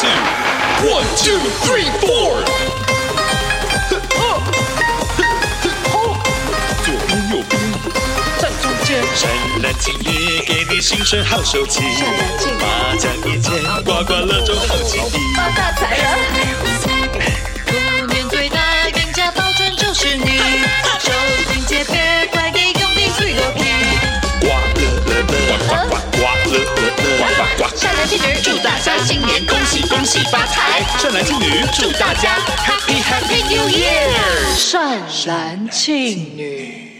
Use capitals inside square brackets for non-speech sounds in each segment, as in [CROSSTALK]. two, one, two, three, four。左边右边站中间，闪蓝精灵给你新生好手气，麻将一见刮刮乐中好记忆。发大财了！兔年最大赢家保证就是你，收听节别快给用力最牛逼，刮乐乐乐，刮刮刮刮乐乐乐，刮刮刮。善良天女祝大家新年恭喜恭喜发财！善男信女祝大家 Happy Happy New Year！善男信女。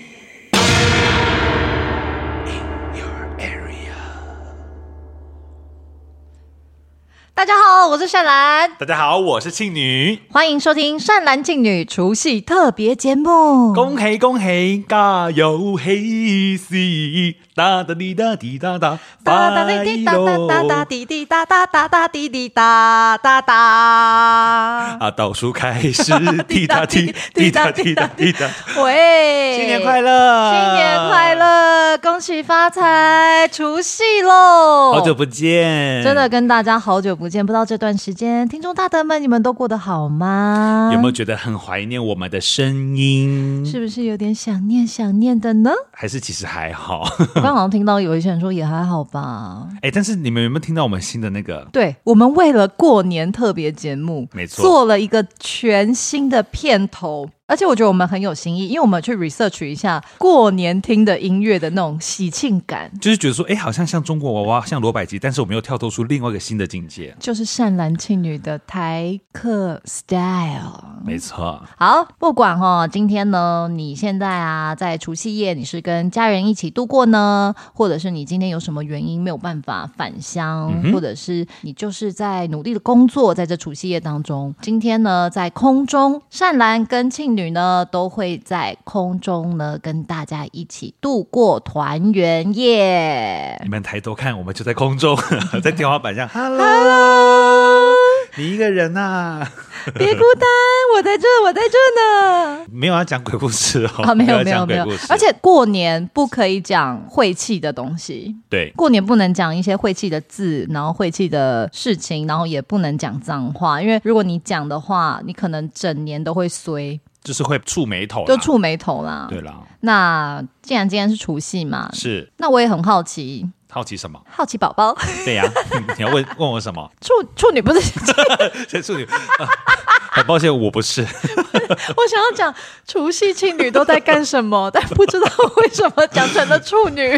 大家好，我是善兰，大家好，我是庆女，欢迎收听《善男信女除夕特别节目》。恭喜恭喜，加油嘿西，哒哒滴哒滴哒哒，哒哒滴滴哒哒哒哒滴滴哒哒哒哒滴滴哒哒哒。啊，倒数开 [LAUGHS] 始，滴答滴，滴答滴答滴答，喂，新年快！乐，新年快，乐，恭喜发财，除夕喽！好久不见，真的跟大家好久不见，不知道这段时间听众大德们你们都过得好吗？有没有觉得很怀念我们的声音？是不是有点想念想念的呢？还是其实还好？ [LAUGHS] 我刚好像听到有一些人说也还好吧。哎，但是你们有没有听到我们新的那个？对我们为了过年特别节目，没错做了一个全新的片头，而且我觉得我们很有新意，因为我们去 research 一下过年听的音乐的那种喜庆感，就是觉得说，哎，好像像中国娃娃，像罗百吉，但是我们又跳脱出另外一个新的境界。就是善男信女的台客 style。没错，好，不管哦，今天呢，你现在啊，在除夕夜你是跟家人一起度过呢，或者是你今天有什么原因没有办法返乡，嗯哼或者是你就是在努力的工作，在这除夕夜当中，今天呢，在空中，善兰跟庆女呢都会在空中呢跟大家一起度过团圆夜。你们抬头看，我们就在空 [LAUGHS] 中，在天花板上。Hello，你一个人啊呐、别孤单，我在这，我在这呢。没有要讲鬼故事哦， [LAUGHS] 啊，没有要没有讲没鬼有故事，，而且过年不可以讲晦气的东西。对，过年不能讲一些晦气的字，然后晦气的事情，然后也不能讲脏话，因为如果你讲的话，你可能整年都会衰，就是会触眉头啦，就触嗯眉头啦。哦对啦，那既然今天是除夕嘛，是那我也很好奇，好奇什么？好奇宝 [LAUGHS] 宝对呀、 [LAUGHS] 你要问问我什么？处处女不是，这处女、呃 [LAUGHS] 很抱歉，我不是，我想要讲除夕庆女都在干什么，但不知道为什么讲成了处女。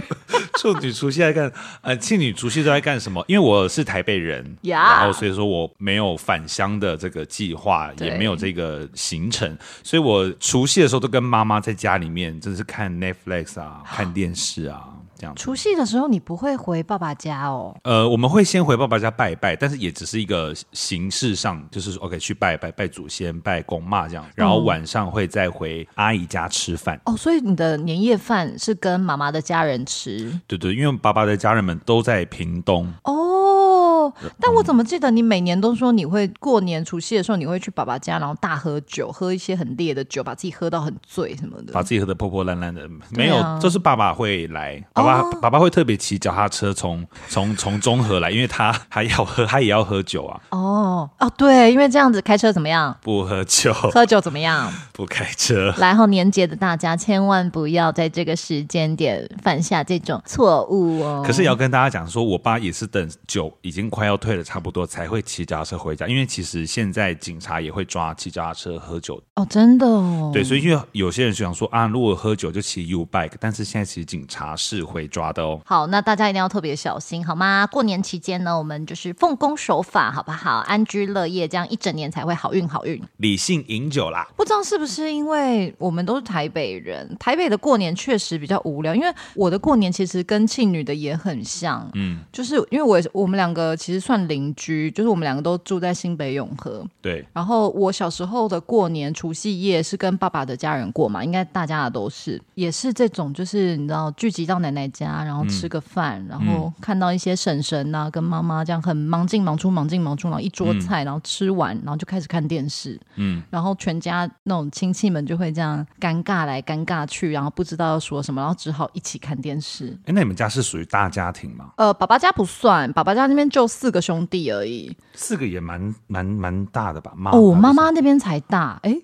处女除夕在干，呃，庆女除夕都在干什么？因为我是台北人呀然后所以说我没有返乡的这个计划，对也没有这个行程，所以我除夕的时候都跟妈妈在家里面，真是看 Netflix [GASPS] 啊，看电视啊，这样子。 [LAUGHS] 除夕的时候你不会回爸爸家哦，呃，我们会先回爸爸家拜一拜，但是也只是一个形式上，就是说 OK 去拜一拜，拜祖先、拜公妈这样，然嗯后晚上会再回阿姨家吃饭。哦，所以你的年夜饭是跟妈妈的家人吃。对对，因为爸爸的家人们都在屏东，哦，但我怎么记得你每年都说你会过年除夕的时候你会去爸爸家，然后大喝酒，喝一些很烈的酒，把自己喝到很醉什么的。把自己喝得破破烂烂的，对没有，啊哦就是爸爸会来，爸爸、爸爸会特别骑脚踏车从从从中和来，因为他还要喝，他也要喝酒啊，哦哦，对，因为这样子开车怎么样？不喝酒喝酒怎么样？不开车，来后年节的大家千万不要在这个时间点犯下这种错误哦。可是也要跟大家讲说，我爸也是等酒已经快要退了差不多才会骑脚踏车回家，因为其实现在警察也会抓骑脚踏车喝酒，哦，真的哦，对，所以因为有些人就想说啊，如果喝酒就骑 U bike，但是现在其实警察是会抓的哦。好，那大家一定要特别小心，好吗？过年期间呢，我们就是奉公守法，好不好？安居乐业，这样一整年才会好运好运。理性饮酒啦，不知道是不是因为我们都是台北人，台北的过年确实比较无聊。因为我的过年其实跟庆女的也很像，嗯，就是因为我也是我们两个其实算邻居，就是我们两个都住在新北永和。对，然后我小时候的过年除夕夜是跟爸爸的家人过嘛，应该大家的都是，也是这种，就是你知道聚集到奶奶家，然后吃个饭，然后看到一些婶婶啊跟妈妈这样很忙进忙出忙进忙出，然后一桌菜，然后吃完，然后就开始看电视，嗯，然后全家那种亲戚们就会这样尴尬来尴尬去，然后不知道要说什么，然后只好一起看电视。哎，那你们家是属于大家庭吗？呃，爸爸家不算，爸爸家那边就四个兄弟而已。四个也蛮蛮蛮大的吧？妈哦，我妈那妈那边才大，哎、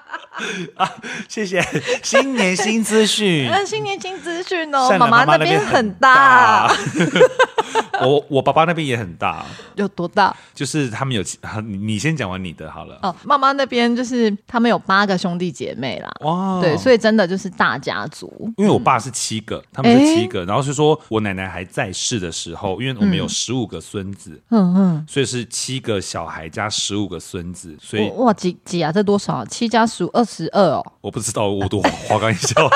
边谢 [LAUGHS] 谢新年新资讯， [LAUGHS] 那新年新资讯 [LAUGHS] 哦，善妈良妈妈那边边很大大，， [LAUGHS] [LAUGHS] 我我爸爸那边也很大，有多大？就是他们有其，啊你你先讲完你的好了。哦，妈妈那边就是他们有八个兄弟姐妹啦，哇对，所嗯以以真的就是大家族。因为我爸是七个，他们是七个，然后是说我奶奶还在世的时候，因为我们有十五个孙子，嗯嗯，所以是七个小孩加十五个孙子，所以哇哇几几啊？这多少啊？七加十五，二十二哦。我不知道，我都花刚一 [LAUGHS] 笑。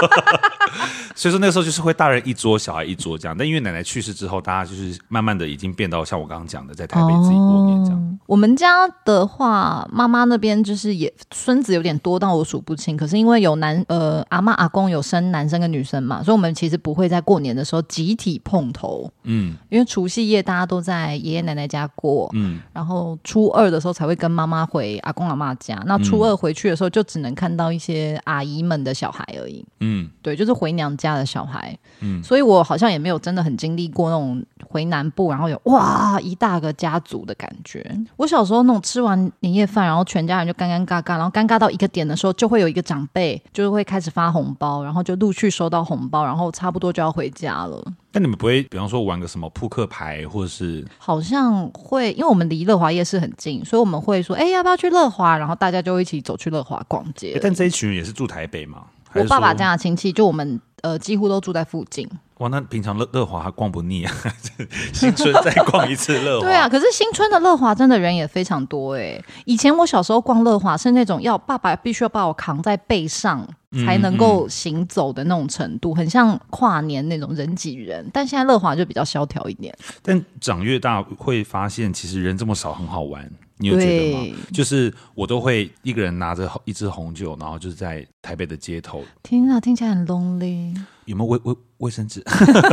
所以说那个时候就是会大人一桌，小孩一桌这样。但因为奶奶去世之后，大家就是慢慢的已经变到像我刚刚讲的，在台北自己过年这样。哦我们家的话，妈妈那边就是也孙子有点多到我数不清，可是因为有男呃阿妈阿公有生男生跟女生嘛，所以我们其实不会在过年的时候集体碰头，嗯因为除夕夜大家都在爷爷奶奶家过，嗯，然后初二的时候才会跟妈妈回阿公阿妈家，嗯那初二回去的时候就只能看到一些阿姨们的小孩而已。嗯，对，就是回娘家的小孩，嗯所以我好像也没有真的很经历过那种回南部，然后有哇一大个家族的感觉。我小时候那种吃完年夜饭，然后全家人就干干尬尬，然后尴尬到一个点的时候，就会有一个长辈就会开始发红包，然后就陆续收到红包，然后差不多就要回家了。但你们不会，比方说玩个什么扑克牌，或者是好像会，因为我们离乐华夜市很近，所以我们会说，哎、要不要去乐华？然后大家就一起走去乐华逛街欸。但这一群人也是住台北嘛？还呃我是爸爸说家的亲戚，就我们呃几乎都住在附近。哇，那平常乐乐华还逛不腻啊， [LAUGHS] 新春再逛一次乐华。对啊，，可是新春的乐华真的人也非常多哎、以前我小时候逛乐华是那种要爸爸必须要把我扛在背上嗯才能够行走的那种程度，很像跨年那种人挤人。但现在乐华就比较萧条一点。但长越大会发现，其实人这么少很好玩，你有觉得吗？就是我都会一个人拿着一支红酒，然后就是在台北的街头，天啊，听起来很 lonely。有没有卫卫卫生纸？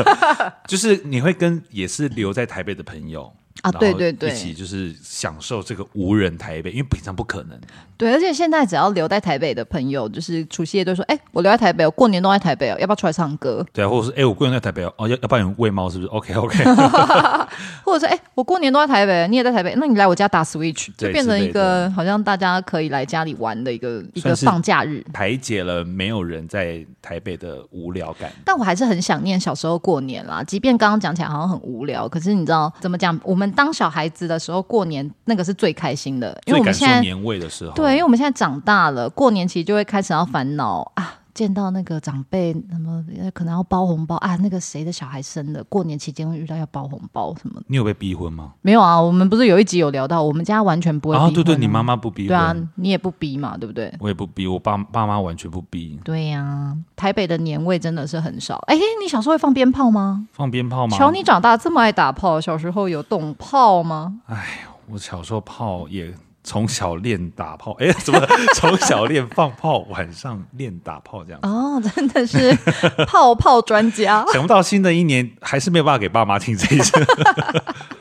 [LAUGHS] 就是你会跟也是留在台北的朋友。啊然后对对对一起就是享受这个无人台北，因为平常不可能。对，而且现在只要留在台北的朋友，就是除夕夜都说：“哎、我留在台北，我过年都在台北哦，要不要出来唱歌对啊，或者是哎、我过年在台北哦，哦要要帮你喂猫是不是？OK OK，？” 或者是：“哎、我过年都在台北，你也在台北，那你来我家打 Switch，就对变成之类一个好像大家可以来家里玩的一个一个算是放假日。” [LAUGHS] 排解了没有人在台北的无聊感。但我还是很想念小时候过年啦，即便刚刚讲起来好像很无聊，可是你知道怎么讲？我们当小孩子的时候，过年那个是最开心的，因最为我们感受现在年味的时候，对，因为我们现在长大了，过年其实就会开始要烦恼啊。见到那个长辈，什么呃可能要包红包啊？那个谁的小孩生的，过年期间会遇到要包红包什么的？你有被逼婚吗？没有啊，我们不是有一集有聊到，我们家完全不会逼啊，婚、对对，你妈妈不逼对啊婚，，你也不逼嘛，对不对？我也不逼，我爸爸妈完全不逼。对呀、台北的年味真的是很少。哎，你小时候会放鞭炮吗？放鞭炮吗？瞧你长大这么爱打炮，小时候有懂炮吗？我小时候炮也从小练打炮，哎，怎么 [LAUGHS] 从小练放炮，晚上练打炮这样？哦， [LAUGHS] 真的是泡泡专家。想不到新的一年还是没有办法给爸妈听这一集， [LAUGHS]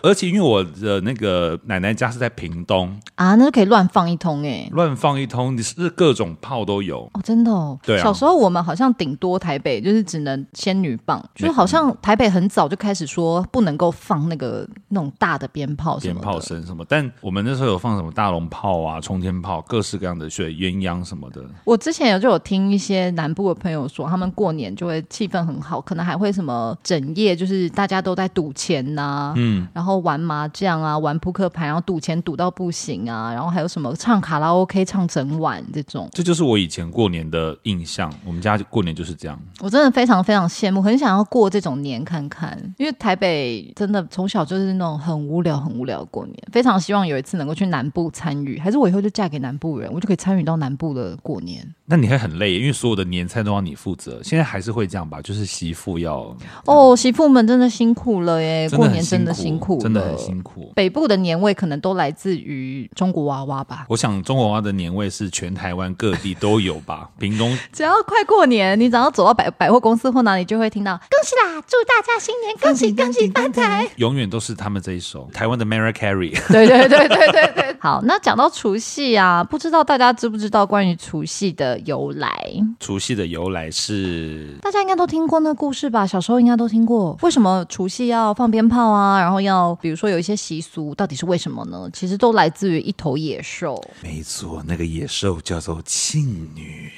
而且因为我的那个奶奶家是在屏东，啊，那就可以乱放一通哎、乱放一通，你是各种炮都有。哦，真的哦。对啊小时候我们好像顶多台北就是只能仙女棒，就是好像台北很早就开始说不能够放那个那种大的鞭炮什鞭么的。炮声什么，但我们那时候有放什么大龙炮啊、冲天炮，各式各样的水鸳鸯什么的，我之前有就有听一些南部的朋友说，他们过年就会气氛很好，可能还会什么整夜就是大家都在赌钱呐、嗯，然后玩麻将啊，玩扑克牌，然后赌钱赌到不行啊，然后还有什么唱卡拉 OK 唱整晚这种，这就是我以前过年的印象。我们家过年就是这样，我真的非常非常羡慕，很想要过这种年看看，因为台北真的从小就是那种很无聊很无聊的过年，非常希望有一次能够去南部参与，还是我以后就嫁给南部人，我就可以参与到南部的过年。那你会很累，因为所有的年菜都要你负责。现在还是会这样吧，就是媳妇要哦，媳妇们真的辛苦了耶！嗯真哎过的很年真的辛辛苦了，真的很辛苦。北部的年味可能都来自于中国娃 [LAUGHS] 娃吧。我想中国娃娃的年味是全台湾各地都有 [LAUGHS] 吧，屏东只要快过年，你只要走到百百货公司或哪里，就会听到“恭喜啦，祝大家新年恭喜恭喜发财 [LAUGHS] 永远都是他们这一首。台湾的 Mary Carey，”。对对对对对对。好，那讲到除夕啊，不知道大家知不知道关于除夕的由来？除夕的由来是大家应该都听过那故事吧？小时候应该都听过。为什么除夕要放鞭炮啊？然后要比如说有一些习俗，到底是为什么呢？其实都来自于一头野兽。没错，那个野兽叫做庆女。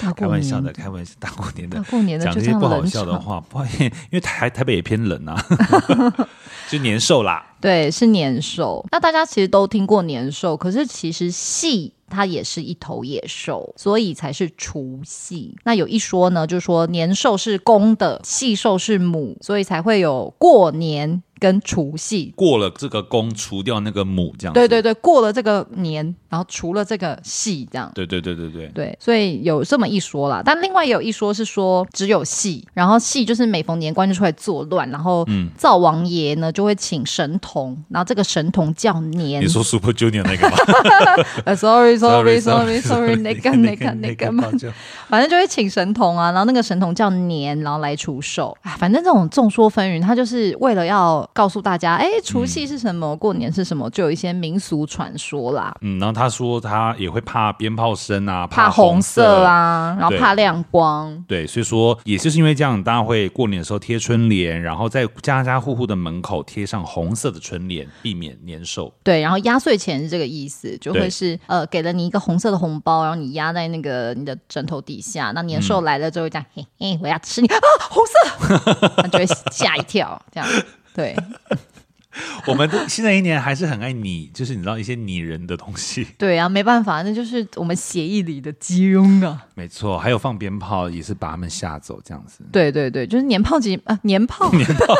大开过玩笑的，年开玩笑，大过年的，大过年的讲这就些这样不好冷笑的场话，不好意思，因为台台北也偏冷 [LAUGHS] 啊， [LAUGHS] 就年兽啦。对，是年兽。那大家其实都听过年兽，可是其实戏它也是一头野兽，所以才是除夕。那有一说呢，就是说年兽是公的，戏兽是母，所以才会有过年跟除夕。过了这个公，除掉那个母，这样子。对对对，过了这个年，然后除了这个戏，这样。对对对对对对，所以有这么一说啦，但另外也有一说是说只有戏，然后戏就是每逢年关就出来作乱，然后灶王爷呢就会请神童，然后这个神童叫年你，说 Super Junior 那个吗呃，sorry [LAUGHS] sorry sorry sorry [LAUGHS] sorry，那个那个那个嘛，反正就会请神童啊，然后那个神童叫年，然后来除寿啊，反正这种众说纷纭，他就是为了要告诉大家，哎，除夕是什么，过年是什么，就有一些民俗传说啦。嗯，然后他说他也会怕鞭炮声啊，怕红红色。啊，然后对怕亮光，对，所以说也就是因为这样，大家会过年的时候贴春联，然后在家家户户的门口贴上红色的春联，避免年兽。对，然后压岁钱是这个意思，就对会是呃，给了你一个红色的红包，然后你压在那个你的枕头底下。那年兽来了之后，这样、嘿嘿，我要吃你啊，红色， [LAUGHS] 那就会吓一跳，这样对我们的新的一年还是很爱你，就是你知道一些拟人的东西。对啊，没办法，那就是我们协议里的金庸啊。没错，还有放鞭炮也是把他们吓走，这样子。 [LAUGHS] 对对对，就是年炮节啊，年炮， [LAUGHS] 年炮，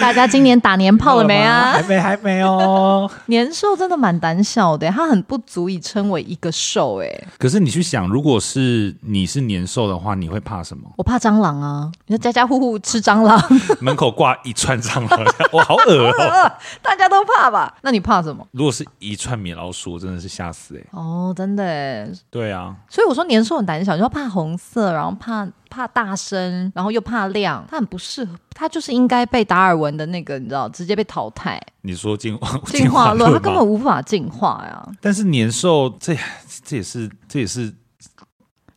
大家今年打年炮了没啊？还没，还没哦。年兽真的蛮胆小的，它很不足以称为一个兽哎。？[LAUGHS] 可是你去想，如果是你是年兽的话，你会怕什么 [LAUGHS] 我怕蟑螂啊！你说家家户户吃蟑螂，门口挂一串蟑螂，我好恶哦。啊 [LAUGHS] 大家都怕吧？那你怕什么？如果是一串米老鼠，我真的是吓死哎、哦，真的耶，对啊，所以我说年兽很胆小，就怕红色，然后怕怕大声，然后又怕亮，它很不适合，它就是应该被达尔文的那个你知道直接被淘汰，你说 [LAUGHS] 进进化论，它吗根本无法进化呀、但是年兽这这也是这也是，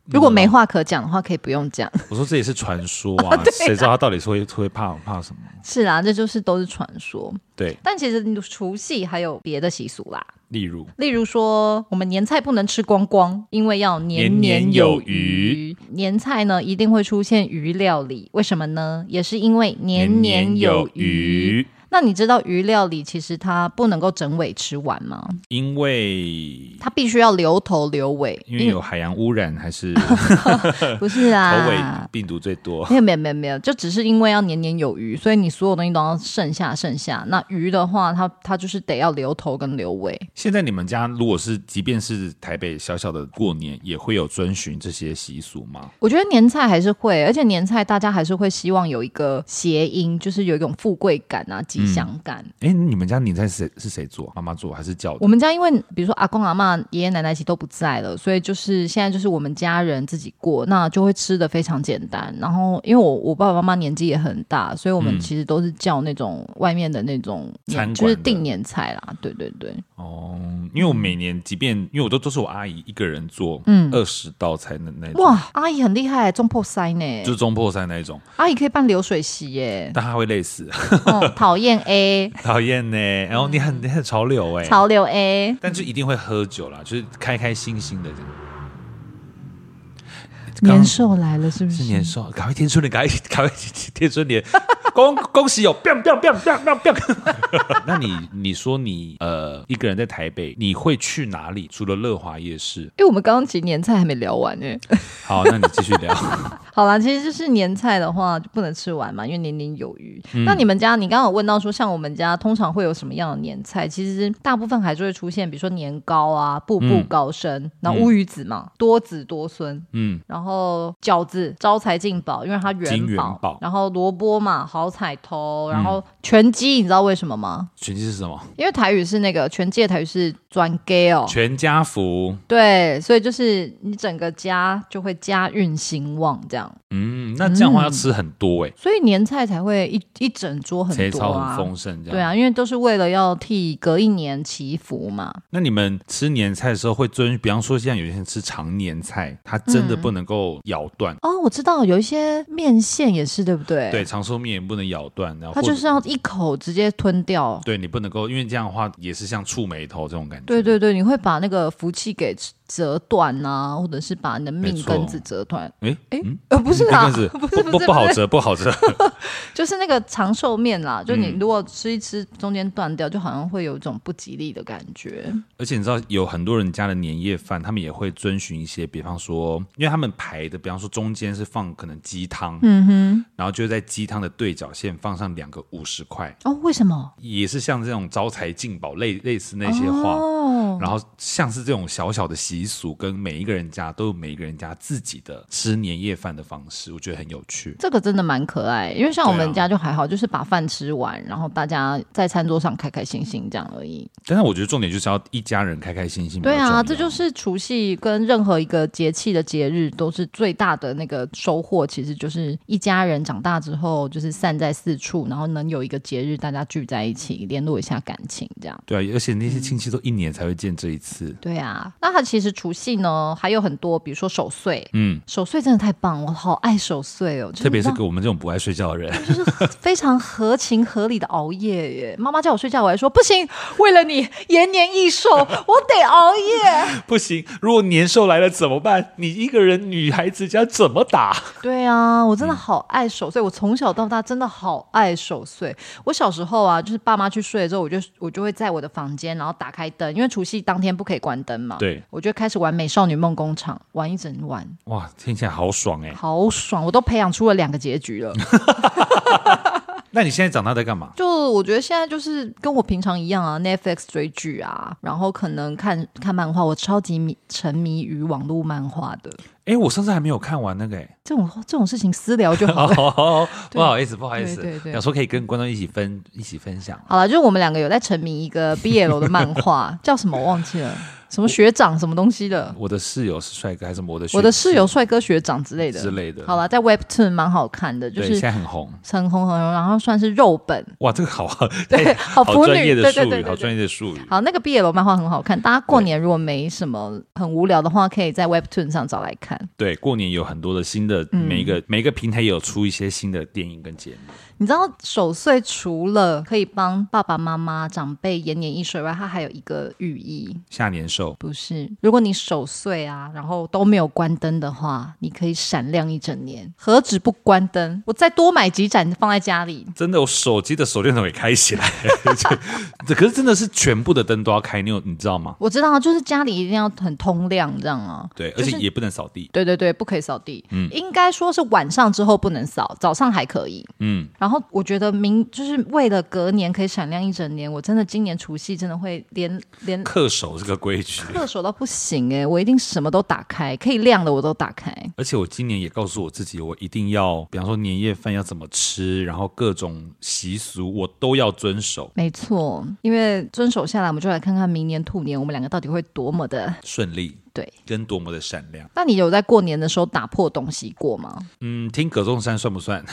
如果没话可讲的话，可以不用讲。我说这也是传说 [LAUGHS] 啊，谁知道他到底是会会怕怕什么？是啦，这就是都是传说，对，但其实除夕还有别的习俗啦。例如例如说，我们年菜不能吃光光，因为要年年年有有余余。年菜呢，一定会出现鱼料理，为什么呢？也是因为年年有余。余，那你知道鱼料理其实它不能够整尾吃完吗？因为它必须要留头留尾，嗯因为有海洋污染还 [LAUGHS] 是不是头尾啊。病毒最多。没有没有没有没有，就只是因为要年年有余，所以你所有东西都要剩下剩下。那鱼的话，它它就是得要留头跟留尾。现在你们家如果是即便是台北小小的过年，也会有遵循这些习俗吗？我觉得年菜还是会，而且年菜大家还是会希望有一个谐音，就是有一种富贵感啊、吉祥感。哎，你们家年菜是谁是谁做？妈妈做还是叫我的？们家因为比如说阿公阿妈、爷爷奶奶其实都不在了，所以就是现在就是我们家人自己过，那就会吃的非常简单。然后因为我我爸爸妈妈年纪也很大，所以我们其实都是叫那种外面的那种嗯餐年馆的就是订年菜啦。对对对，哦，因为我每年即便因为我都都是我阿姨一个人做，嗯嗯，二十道菜那那种，哇，阿姨很厉害，中破塞呢就，是中破菜那一种，，阿姨可以办流水席耶 [LAUGHS] 但她会累死，哦，讨厌 A，讨厌呢。然后你很你很潮流哎，嗯潮流 A。但就一定会喝酒啦，就是开开心心的这样。年兽来了，是不是是？年兽，赶快贴春联，赶快赶快贴春联， [LAUGHS] 恭恭喜有，biang biang biang biang biang biang。那你你说你呃一个人在台北，你会去哪里？除了乐华夜市，因为我们刚刚其实年菜还没聊完呢、好，那你继续 [LAUGHS] 聊。好啦，其实就是年菜的话就不能吃完嘛，因为年年有余。嗯那你们家，你刚刚有问到说，像我们家通常会有什么样的年菜？其实大部分还是会出现，比如说年糕啊，步步高升，然后乌鱼子嘛，多子多孙，嗯，然后饺子招财进宝，因为它元金元宝，宝嗯然后萝卜嘛好彩头，然后拳击，你知道为什么吗？拳击是什么？因为台语是那个拳击，台语是转 gay 哦，全家福。对，所以就是你整个家就会家运兴旺这样。嗯，嗯，那这样的话要吃很多哎、所以年菜才会一一整桌很欸，菜多超啊很，丰盛这样。对啊，因为都是为了要替隔一年祈福嘛。那你们吃年菜的时候会遵，比方说像有些人吃常年菜，他真的不能够咬断，哦，我知道有一些面线也是，对不对？对，，长寿面也不能咬断，然后它或者就是要一口直接吞掉。对你不能够，因为这样的话也是像触眉头这种感觉。对对对，你会把那个福气给折断啊，或者是把你的没命错根子折断。诶，哎、诶呃，不是啦，但是 [LAUGHS] 不不是不不是不好是折，不嗯好折。 [LAUGHS] 就是那个长寿面啦，就你如果吃一吃，中间断掉，就好像会有一种不吉利的感觉。而且你知道，有很多人家的年夜饭，他们也会遵循一些，比方说，因为他们排的，比方说中间是放可能鸡汤，嗯哼，然后就在鸡汤的对角线放上两个五十块，哦，为什么？也是像这种招财进宝类类似那些话。哦，然后像是这种小小的习俗，跟每一个人家都有每一个人家自己的吃年夜饭的方式，我觉得很有趣。这个真的蛮可爱，因为像我对们啊家就还好，就是把饭吃完，然后大家在餐桌上开开心心这样而已。但是我觉得重点就是要一家人开开心心比较对重要。啊，这就是除夕跟任何一个节气的节日都是最大的那个收获，其实就是一家人长大之后，就是散在四处，然后能有一个节日大家聚在一起，联络一下感情这样。对啊，而且那些亲戚都一年才会见这一次。对啊，那它其实除夕呢还有很多，比如说守岁，嗯，守岁真的太棒，我好爱守岁哦，就特别是让给我们这种不爱睡觉的人， [LAUGHS] 非常合情合理的熬夜耶。妈妈叫我睡觉，我还说不行，为了你延年益寿， [LAUGHS] 我得熬夜。不行。如果年兽来了怎么办？你一个人女孩子家怎么打？对啊，我真的好爱守岁，我从小到大真的好爱守岁。我小时候啊，就是爸妈去睡了之后，我就我就会在我的房间，然后打开灯，因为除夕当天不可以关灯嘛。对，我就开始玩《美少女梦工厂》，玩一整晚，哇，听起来好爽哎、 [LAUGHS] 好爽！我都培养出了两个结局了。那你现在长大在干嘛？就我觉得现在就是跟我平常一样啊，Netflix 追剧啊，然后可能看看漫画，我超级迷沉迷于网络漫画的。哎，我上次还没有看完那个 [LAUGHS] 哎、这种这种事情私聊就好哦了。哦，哦不好意思，不好意对对思，对想说可以跟观众一起分一起分享。好了，就是我们两个有在沉迷 [LAUGHS] 一个 BL 的漫画，叫什么我忘记了，什么学长什么东西的，我的室友是帅哥还是我的学我的室友帅哥学长之类的之类的好了，在 Webtoon 蛮好看的，就对，现是在很红。很红很红，然后算是肉本。哇，这个好，哦对好好腐专女业的对术对对语，对好对专业的术语。好，那个 BL 漫画很好看，大家过年如果没什么很无聊的话，可以在 Webtoon 上找来看。对，过年有很多的新的，嗯每一个每一个平台也有出一些新的电影跟节目。你知道守岁除了可以帮爸爸妈妈长辈延年益寿以外，它还有一个寓意，下年兽，不是？如果你守岁啊，然后都没有关灯的话，你可以闪亮一整年。何止不关灯，我再多买几盏放在家里。真的，我手机的手电筒也开起来， [LAUGHS] 这可是真的是全部的灯都要开，你有你知道吗？我知道，就是家里一定要很通亮，这样啊。对，而就是且也不能扫地。对对对，不可以扫地。嗯，应该说是晚上之后不能扫，早上还可以。嗯，然后我觉得明就是为了隔年可以闪亮一整年，我真的今年除夕真的会连连恪守这个规 [LAUGHS] 矩。恪守到不行哎、我一定什么都打开，可以亮的我都打开。而且我今年也告诉我自己，我一定要，比方说年夜饭要怎么吃，然后各种习俗我都要遵守，没错，因为遵守下来，我们就来看看明年兔年我们两个到底会多么的顺利对。跟多么的闪亮。那你有在过年的时候打破东西过吗？嗯，听葛仲山算不 [LAUGHS] 算？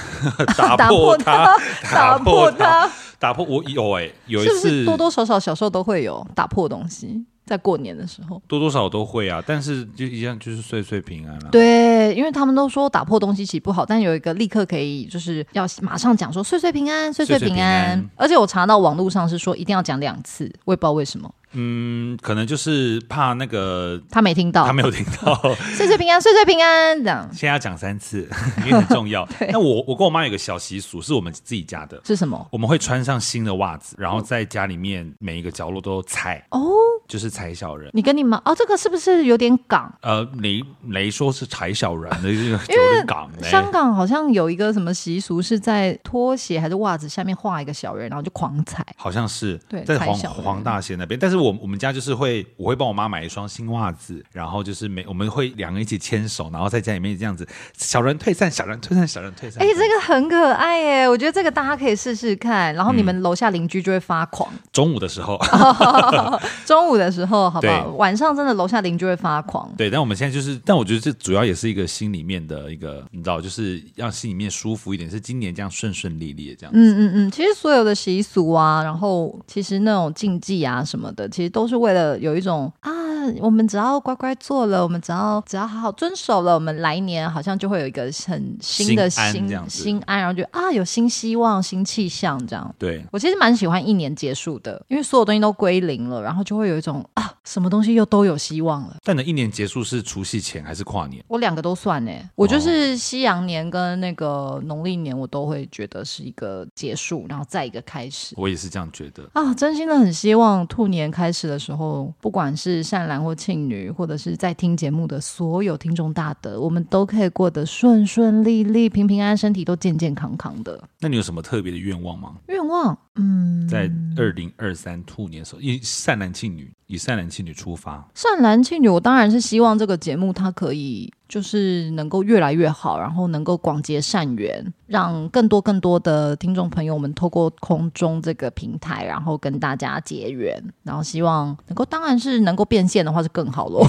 打破破他，打破他他，打破我有哎、有一是不次是多多少少小时候都会有打破东西？在过年的时候，多多少少都会啊，但是就一样就是岁岁平安啦、啊对，因为他们都说打破东西其实不好，但有一个立刻可以就是要马上讲说岁岁平安，岁岁岁岁平平安。安而且我查到网络上是说一定要讲两次，我也不知道为什么嗯，可能就是怕那个他没听到，他没有听 [LAUGHS] 到，岁岁平安，岁岁平安这样现在要讲三次， [LAUGHS] 因为很重 [LAUGHS] 要。那我我跟我妈有个小习俗，是我们自己家的，是什么？我们会穿上新的袜子，然后在家里面每一个角落都踩，哦，就是踩小人。你跟你妈哦，这个是不是有点港？呃，雷雷说是踩小 [LAUGHS] 人的这个九人港嘞，香港好像有一个什么习俗，是在拖鞋还是袜子下面画一个小人，然后就狂踩。好像是对在踩黄小人黄大仙那边，但是我我们家就是会，我会帮我妈买一双新袜子，然后就是每我们会两个人一起牵手，然后在家里面这样子，小人退散，小人退散，小人退散。哎、这个很可爱耶！我觉得这个大家可以试试看，然后你们楼下邻居就会发狂。中午的时候，中午的时候，好不好？对晚上真的楼下邻居会发狂。对，但我们现在就是，但我觉得这主要也是一个心里面的一个，你知道，就是让心里面舒服一点，是今年这样顺顺利利的这样子。嗯嗯嗯，其实所有的习俗啊，然后其实那种禁忌啊什么的，其实都是为了有一种啊，我们只要乖乖做了，我们只要只要好好遵守了，我们来年好像就会有一个很新的心安新这样子新安，然后觉得啊有新希望、新气象这样。对，我其实蛮喜欢一年结束的，因为所有东西都归零了，然后就会有一种啊，什么东西又都有希望了。但你一年结束是除夕前还是跨年？我两个都算呢、我哦就是西洋年跟那个农历年，我都会觉得是一个结束，然后再一个开始。我也是这样觉得。啊，真心的很希望兔年开始的时候，不管是善兰或庆女，或者是在听节目的所有听众大德，我们都可以过得顺顺利利、平平安安，身体都健健康康的。那你有什么特别的愿望吗？愿望，嗯，在二零二三兔年的时候，以善男信女，以善男信女出发，善兰庆女，我当然是希望这个节目它可以就是能够越来越好，然后能够广结善缘，让更多更多的听众朋友们透过空中这个平台，然后跟大家结缘，然后希望能够，当然是能够变现的话是更好喽。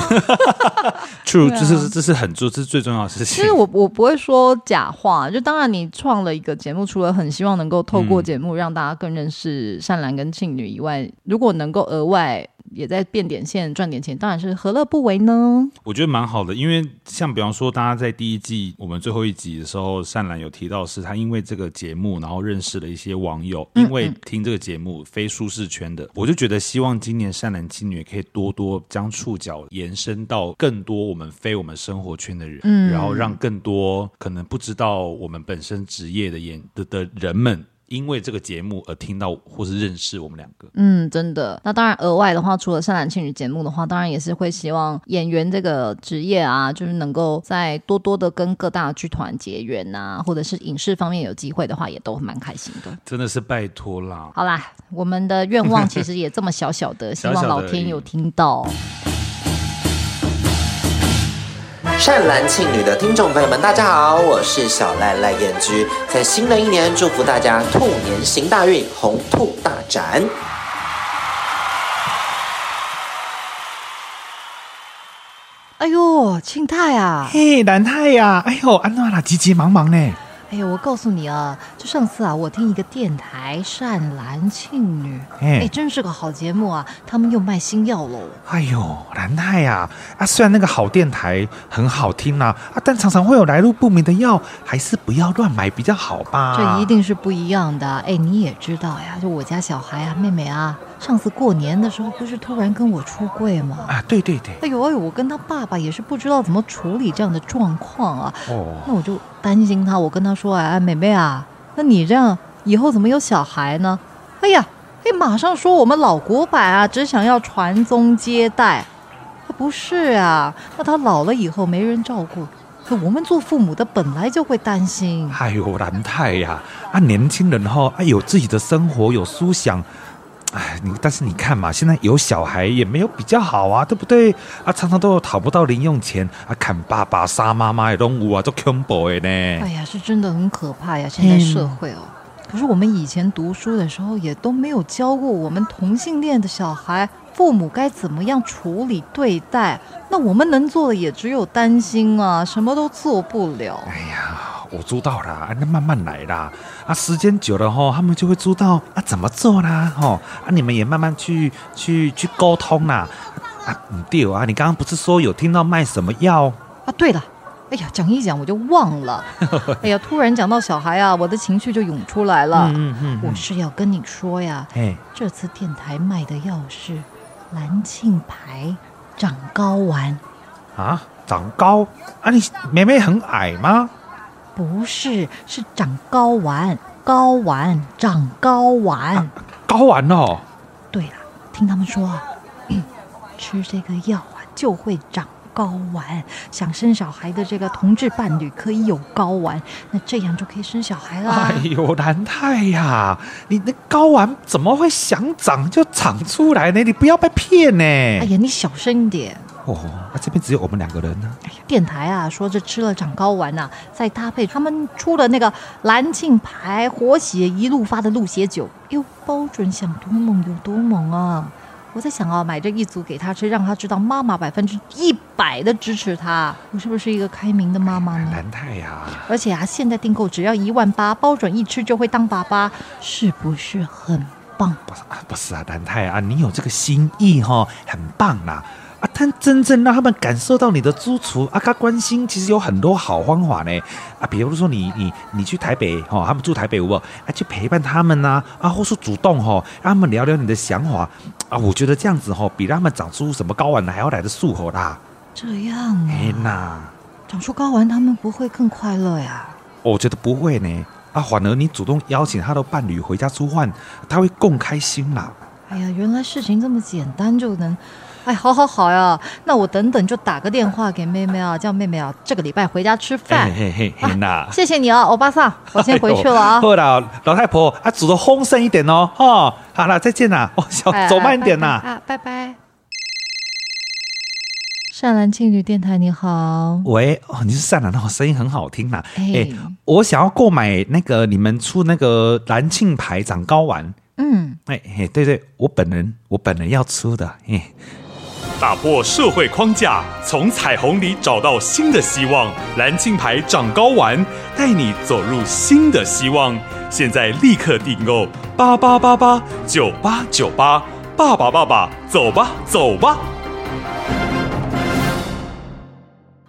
就这是这是很重，这是最重要的事其情 [LAUGHS] 实。我我不会说假话，就当然你创了一个节目，除了很希望能够透嗯过节目让大家更认识善兰跟庆女以外，如果能够额外也在变点线赚点钱，当然是何乐不为呢？我觉得蛮好的，因为像比方说，大家在第一季我们最后一集的时候，善兰有提到是他因为这个节目，然后认识了一些网友，嗯因为听这个节目非舒适圈的，我就觉得希望今年善兰青女可以多多将触角延伸到更多我们非我们生活圈的人，嗯然后让更多可能不知道我们本身职业的演的的人们。因为这个节目而听到或是认识我们两个，嗯，真的。那当然，额外的话，除了善男信女节目的话，当然也是会希望演员这个职业啊，就是能够再多多的跟各大剧团结缘呐、或者是影视方面有机会的话，也都蛮开心的。真的是拜托啦！好啦，我们的愿望其实也这么小小的，希 [LAUGHS] 小望小的老而天已有听到。善男信女的听众朋友们，大家好，我是小赖赖燕居，在新的一年祝福大家兔年行大运，红兔大展。哎呦，庆泰啊！嘿，南太呀、哎呦，安娜啦，急急忙忙呢。哎呦，我告诉你啊，就上次啊，我听一个电台《善男信女》，嗯哎哎，真是个好节目啊！他们又卖新药喽。哎呦，南太呀、啊，虽然那个好电台很好听啦、啊，但常常会有来路不明的药，还是不要乱买比较好啊吧。这一定是不一样的。哎，你也知道呀，就我家小孩啊，妹妹啊，上次过年的时候不是突然跟我出柜吗？啊，对对对，哎呦哎呦，我跟他爸爸也是不知道怎么处理这样的状况啊。哦，那我就担心他，我跟他说：“哎哎，妹妹啊，那你这样以后怎么有小孩呢？”哎呀，哎，马上说我们老古板啊，只想要传宗接代。啊不是啊，那他老了以后没人照顾，可我们做父母的本来就会担心。哎呦，南太呀、啊，年轻人哈、啊，有自己的生活，有思想。哎，你但是你看嘛，现在有小孩也没有比较好啊，对不对？啊，常常都有讨不到零用钱啊，砍爸爸杀妈妈的动物啊，做 combo 的呢。哎呀，是真的很可怕呀！现在社会哦，嗯可是我们以前读书的时候也都没有教过我们同性恋的小孩，父母该怎么样处理对待。那我们能做的也只有担心啊，什么都做不了。哎呀，我知道啦，啊那慢慢来啦。啊，时间久了吼，他们就会知道啊怎么做啦，吼啊，你们也慢慢去去去沟通啦。啊，嗯对啊，你刚刚不是说有听到卖什么药？啊，对了，哎呀，讲一讲我就忘 [LAUGHS] 了。哎呀，突然讲到小孩啊，我的情绪就涌出来了。嗯嗯我是要跟你说呀，哎，这次电台卖的药是蓝沁牌长高丸。啊，长高啊，你妹妹很矮吗？不是，是长睾丸，睾丸长睾丸。睾丸哦，对了，听他们说啊， [CLEARS THROAT] 吃这个药啊就会长睾丸。想生小孩的这个同志伴侣可以有睾丸，那这样就可以生小孩啦。哎呦，南太呀、你那睾丸怎么会想长就长出来呢？你不要被骗呢！哎呀，你小声一点。哦，啊，这边只有我们两个人呢、哎呀电台啊，说这吃了长睾丸呐、再搭配他们出了那个蓝沁牌活血一路发的鹿血酒，哟，包准想多猛有多猛啊！我在想啊，买这一组给他吃，让他知道妈妈百分之一百的支持他，我是不是一个开明的妈妈哎呢？蓝哎太呀，而且啊，现在订购只要一万八，包准一吃就会当爸爸，是不是很棒？不是啊，不是啊，蓝太啊，你有这个心意哈、很棒啦。啊，但真正让他们感受到你的支持，啊，他关心，其实有很多好方法呢。啊，比如说你你你去台北哈、哦，他们住台北有没有？啊，去陪伴他们呐、啊，啊，或是主动哈、哦，让他们聊聊你的想法。啊，我觉得这样子哈、哦，比让他们长出什么睾丸还要来的素活啦。这样啊，哎呐。长出睾丸他们不会更快乐呀？我觉得不会呢。啊，反而你主动邀请他的伴侣回家吃饭，他会更开心啦。哎呀，原来事情这么简单就能，哎，好好好呀，那我等等就打个电话给妹妹啊，叫妹妹啊这个礼拜回家吃饭哎嘿。嘿嘿嘿呐！谢谢你啊，欧巴桑，我先回去了哎啊呦。好啦，老太婆啊，煮的丰盛一点哦，哦，好啦，再见啦，哦，小哎走慢一点拜拜啦。啊，拜拜。善男信女电台，你好。喂，哦，你是善男哦，声音很好听啦。哎哎、我想要购买那个你们出那个蓝庆牌长睾丸，嗯，哎、嘿，对对，我本人我本人要出的，嘿、打破社会框架，从彩虹里找到新的希望。蓝青牌长高丸带你走入新的希望。现在立刻订购八八八八九八九八，爸爸爸爸，走吧走吧。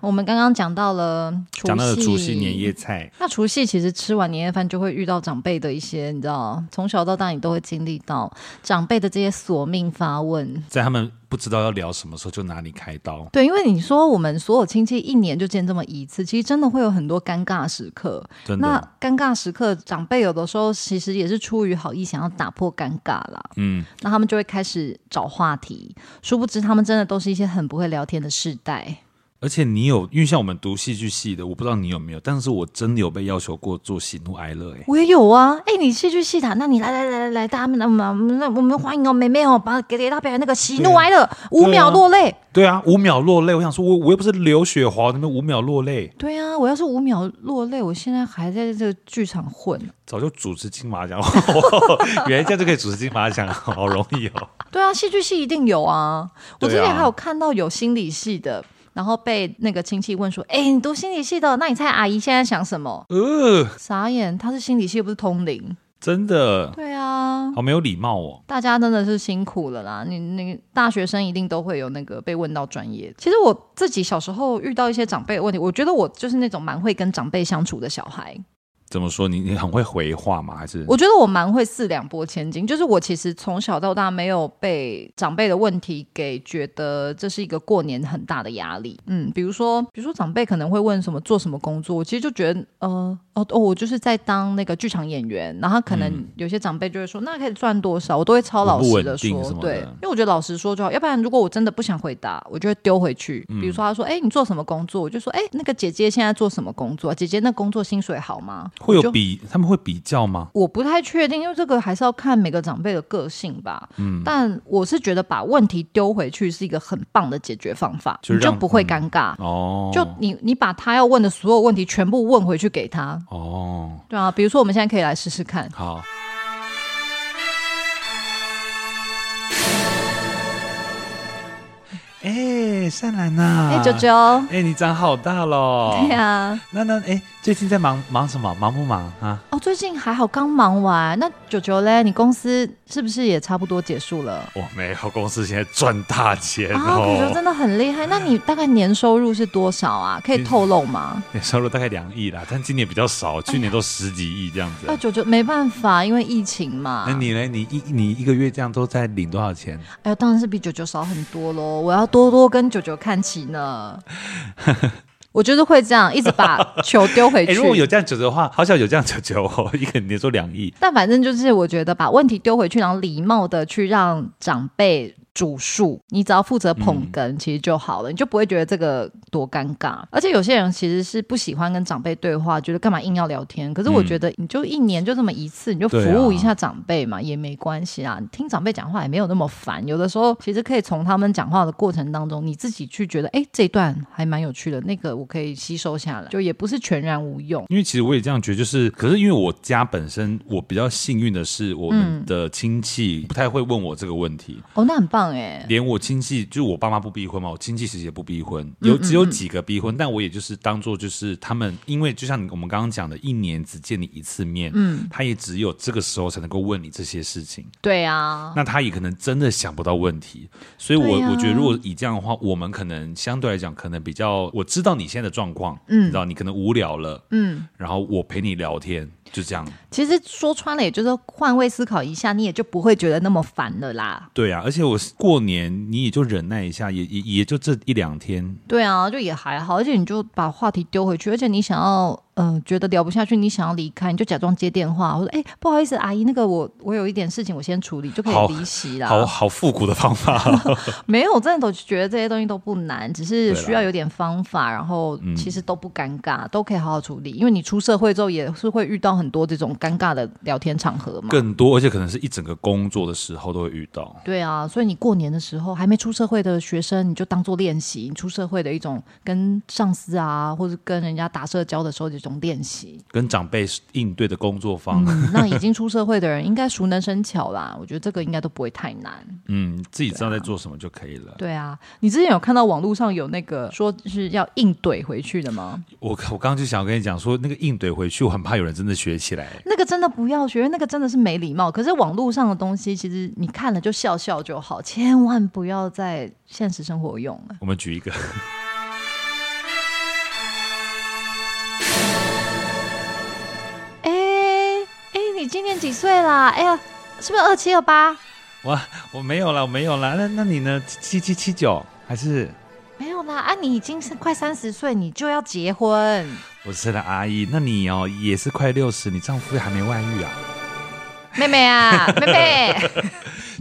我们刚刚讲到了除夕，讲到了除夕年夜。菜，那除夕其实吃完年夜饭就会遇到长辈的一些，你知道，从小到大你都会经历到长辈的这些索命发问。在他们不知道要聊什么时候就拿你开刀。对，因为你说我们所有亲戚一年就见这么一次，其实真的会有很多尴尬时刻。真的那尴尬时刻，长辈有的时候其实也是出于好意，想要打破尴尬啦。嗯，那他们就会开始找话题，殊不知他们真的都是一些很不会聊天的世代。而且你有，因为像我们读戏剧系的，我不知道你有没有，但是我真的有被要求过做喜怒哀乐、欸，我也有啊，哎、你戏剧系的，那你来来来来来，大家们那那那我们欢迎哦，妹妹哦，把给给大家表演那个喜怒哀乐，五秒落泪。啊对啊，五秒落泪，我想说我我又不是刘雪华，那边五秒落泪，对啊，我要是五秒落泪，我现在还在这个剧场混。早就主持金马奖， [LAUGHS] 原来这样就可以主持金马奖，好容易哦。对啊，戏剧系一定有啊。我之对前啊还有看到有心理系的，然后被那个亲戚问说：“哎、你读心理系的，那你猜阿姨现在想什么呃，？”傻眼，她是心理系又不是通灵。真的对啊，好没有礼貌哦。大家真的是辛苦了啦！你那个大学生一定都会有那个被问到专业。其实我自己小时候遇到一些长辈的问题，我觉得我就是那种蛮会跟长辈相处的小孩。怎么说？你你很会回话吗？还是我觉得我蛮会四两拨千斤，就是我其实从小到大没有被长辈的问题给觉得这是一个过年很大的压力。嗯，比如说，比如说长辈可能会问什么做什么工作，我其实就觉得，呃，哦哦，我就是在当那个剧场演员，然后可能有些长辈就会说，那可以赚多少？我都会超老实的稳定说什，么的对，因为我觉得老实说就好，要不然如果我真的不想回答，我就会丢回去。嗯比如说他说，哎、你做什么工作？我就说，哎、那个姐姐现在做什么工作？姐姐那工作薪水好吗？会我就有比他们会比较吗？我不太确定，因为这个还是要看每个长辈的个性吧。嗯，但我是觉得把问题丢回去是一个很棒的解决方法，就是你就让嗯不会尴尬。哦，就你你把他要问的所有问题全部问回去给他，哦，对啊，比如说我们现在可以来试试看，好，哎、善兰呐、哎、九九，哦哎、你长好大喽！对啊，那那哎、最近在忙忙什么？忙不忙啊？哦，最近还好，刚忙完。那九九嘞，你公司是不是也差不多结束了？我没有，公司现在赚大钱啊，九九哦，真的很厉害。那你大概年收入是多少啊？可以透露吗？年收入大概两亿啦，但今年比较哎少，去年都十几亿这样子啊，。九九没办法，因为疫情嘛。那哎你呢？你一你一个月这样都在领多少钱？哎呦，当然是比九九少很多喽！我要多多跟九九看齐呢。 [LAUGHS] 我就是会这样，一直把球丢回 [LAUGHS] 哎、去。如果有这样九折的话，好想有这样九 [LAUGHS] 折哦，一个年收两亿。但反正就是我觉得把问题丢回去，然后礼貌的去让长辈主述，你只要负责捧哏，其实就好了，你就不会觉得这个多尴尬。而且有些人其实嗯是不喜欢跟长辈对话，觉得干嘛硬要聊天。可是我觉得你就一年就这么一次，你就服对啊务一下长辈嘛，也没关系啊。你听长辈讲话也没有那么烦，有的时候其实可以从他们讲话的过程当中，你自己去觉得，哎，这一段还蛮有趣的，那个我可以吸收下来，就也不是全然无用。因为其实我也这样觉得，就是可是因为我家本嗯身我比较幸运的是，我们的亲戚不太会问我这个问题，哦，那很棒样哎、连我亲戚，就是我爸妈不逼婚嘛，我亲戚其实也不逼婚，有只有几个逼婚，但我也就是当做就是他们，因为就像我们刚刚讲的，一年只见你一次面，嗯，他也只有这个时候才能够问你这些事情，[LAUGHS] 对啊，那他也可能真的想不到问题，所以我，我、对啊觉得如果以这样的话，我们可能相对来讲，可能比较我知道你现在的状况，嗯，你知道你可能无聊了，嗯，然后我陪你聊天，就这样，其实说穿了，也就是换位思考一下，你也就不会觉得那么烦了啦。对啊，而且我过年你也就忍耐一下，也也也就这一两天，对啊，就也还好，而且你就把话题丢回去，而且你想要呃觉得聊不下去，你想要离开，你就假装接电话，或者哎、不好意思，阿姨，那个我我有一点事情，我先处理，就可好以离席啦。好好复古的方法 [LAUGHS] 哦、没有，我真的都觉得这些东西都不难，只是需要有点方法，然后其实都不尴尬，都可以好好处理。因为你出社会之后也是会遇到很多这种尴尬的聊天场合嘛。更多，而且可能是一整个工作的时候都会遇到。对啊，所以你过年的时候还没出社会的学生，你就当做练习；你出社会的一种跟上司啊，或者跟人家打社交的时候的一种练习。跟长辈应对的工作方，嗯，那已经出社会的人应该熟能生巧啦，我觉得这个应该都不会太难。嗯，自己知道在做什么就可以了。对啊，你之前有看到网络上有那个说是要硬怼回去的吗？我我刚刚就想跟你讲说，那个硬怼回去，我很怕有人真的学起来。那个真的不要学，因为那个真的是没礼貌。可是网络上的东西，其实你看了就笑笑就好，千万不要在现实生活用了。我们举一个， [LAUGHS] 哎哎，你今年几岁啦？哎呀，是不是二七二八？哇，我没有了，我没有了。那那你呢？七七七九还是没有啦，啊，你已经是快三十岁，你就要结婚。 [LAUGHS] 我是的阿姨？那你哦也是快六十，你丈夫还没外遇啊？妹 [LAUGHS] 妹啊，妹妹，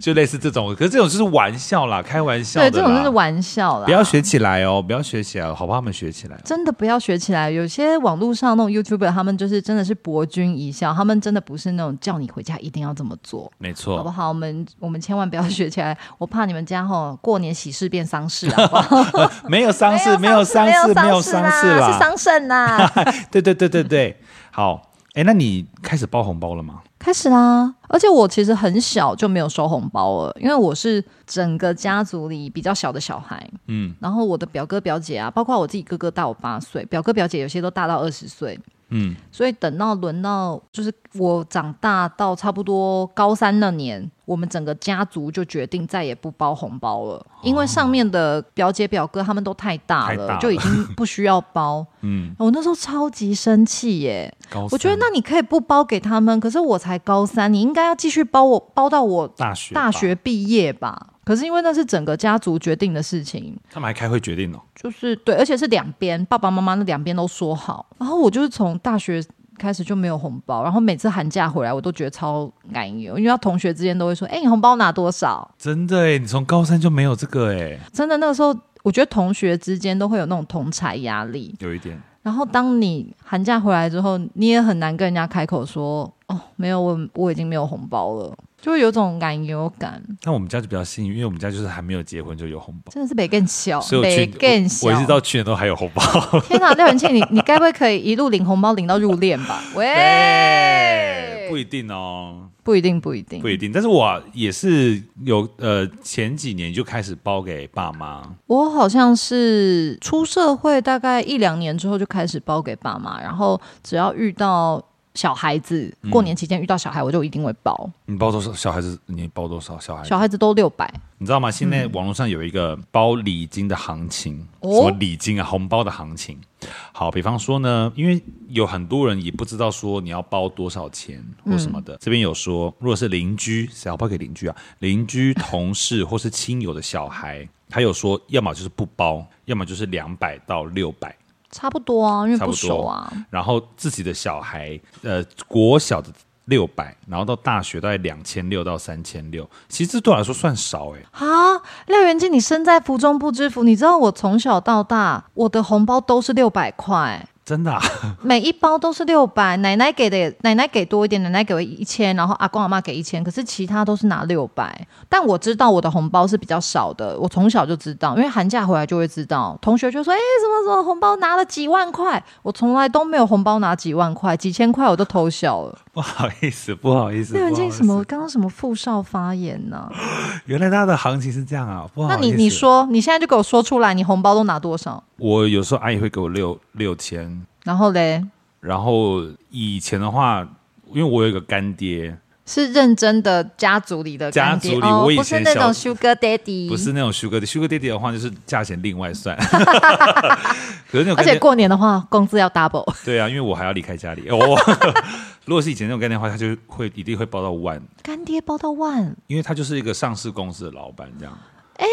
就类似这种，可是这种就是玩笑啦，开玩笑对，的这种啦就是玩笑啦，不要学起来哦，不要学起来哦，好不好？他们学起来哦。真的不要学起来。有些网络上那种 YouTuber，他们就是真的是博君一笑，他们真的不是那种叫你回家一定要这么做。没好不错，好？我们我们千万不要学起来，我怕你们家吼过年喜事变丧事，好不好？没有 [LAUGHS] 丧事，没有丧事，没有丧事啦， [LAUGHS] 是啦。哎丧肾 [LAUGHS] 啦。对对对对对，好，哎，那你开始包红包了吗？开始啦！而且我其实很小就没有收红包了，因为我是整个家族里比较小的小孩。嗯然后我的表哥表姐啊，包括我自己哥哥大我八岁，表哥表姐有些都大到二十岁，嗯，所以等到轮到就是我长大到差不多高三那年，我们整个家族就决定再也不包红包了，因为上面的表姐表哥他们都太大哦太了，大了就已经不需要 [LAUGHS] 包。嗯，我那时候超级生气耶，高我觉得三那你可以不包给他们，可是我才高三，你应该要继续包我包到我大学吧大学毕业吧。可是因为那是整个家族决定的事情，他们还开会决定哦。就是对，而且是两边爸爸妈妈那两边都说好，然后我就是从大学。开始就没有红包，然后每次寒假回来，我都觉得超感忧，因为他同学之间都会说：“哎、你红包拿多少真的哎，你从高三就没有这个哎，？”真的，那个时候我觉得同学之间都会有那种同财压力。有一点然后当你寒假回来之后，你也很难跟人家开口说：“哦，没有，我我已经没有红包了。”就会有种感忧感，但我们家就比较幸运，因为我们家就是还没有结婚就有红包，真的是北更小，所以我北去更小。我一直到去年都还有 [LAUGHS] 红包。天哪，廖元庆，你你该不会可以一路领红包领到入殓 [LAUGHS] 吧？喂，哎不一定哦，不一定，不一定，不一定。但是我也是有呃，前几年就开始包给爸妈，我好像是出社会大概一两年之后就开始包给爸妈，然后只要遇到小孩子，嗯过年期间遇到小孩，我就一定会包。你包多少？小孩子你包多少？小孩子小孩子都六百，你知道吗？现在网络上有一个包礼金的行情，哦什么礼金啊，红包的行情。好，比方说呢，因为有很多人也不知道说你要包多少钱或什么的。这边有说，如果是邻居，谁要包给邻居啊？邻居、同事 [LAUGHS] 或是亲友的小孩，他有说，要么就是不包，要么就是两百到六百。差不多啊，因为差不不多熟啊。然后自己的小孩，呃，国小的六百，然后到大学大概两千六到三千六，其实这对我来说算少哎、啊，廖元庆，你身在福中不知福。你知道我从小到大，我的红包都是六百块，真的、啊，每一包都是六百，奶奶给的也奶奶给多一点，奶奶给我一千，然后阿公阿妈给一千，可是其他都是拿六百。但我知道我的红包是比较少的，我从小就知道，因为寒假回来就会知道，同学就说：“哎、什么什么红包拿了几万块？”我从来都没有红包拿几万块，几千块我都偷笑 [LAUGHS] 了。不好意思，不好意思，那人不好家意思什么？刚刚什么富少发言呢、原来它的行情是这样啊，不好那意思。你你，说，你现在就给我说出来，你红包都拿多少？我有时候阿姨会给我六六千，然后嘞，然后以前的话，因为我有一个干爹，是认真的家族里的干爹家族里哦我以，前不是那种小 Sugar Daddy，不是那种 Sugar Daddy，Sugar Daddy 的话就是价钱另外 [LAUGHS] 算，可是那种而干且爹过年的话，工资要 double。对啊，因为我还要离开家里。哦， [LAUGHS] 如果是以前那种概念的话，他就会一定会报到万，干爹包到万，因为他就是一个上市公司的老板这样。哎，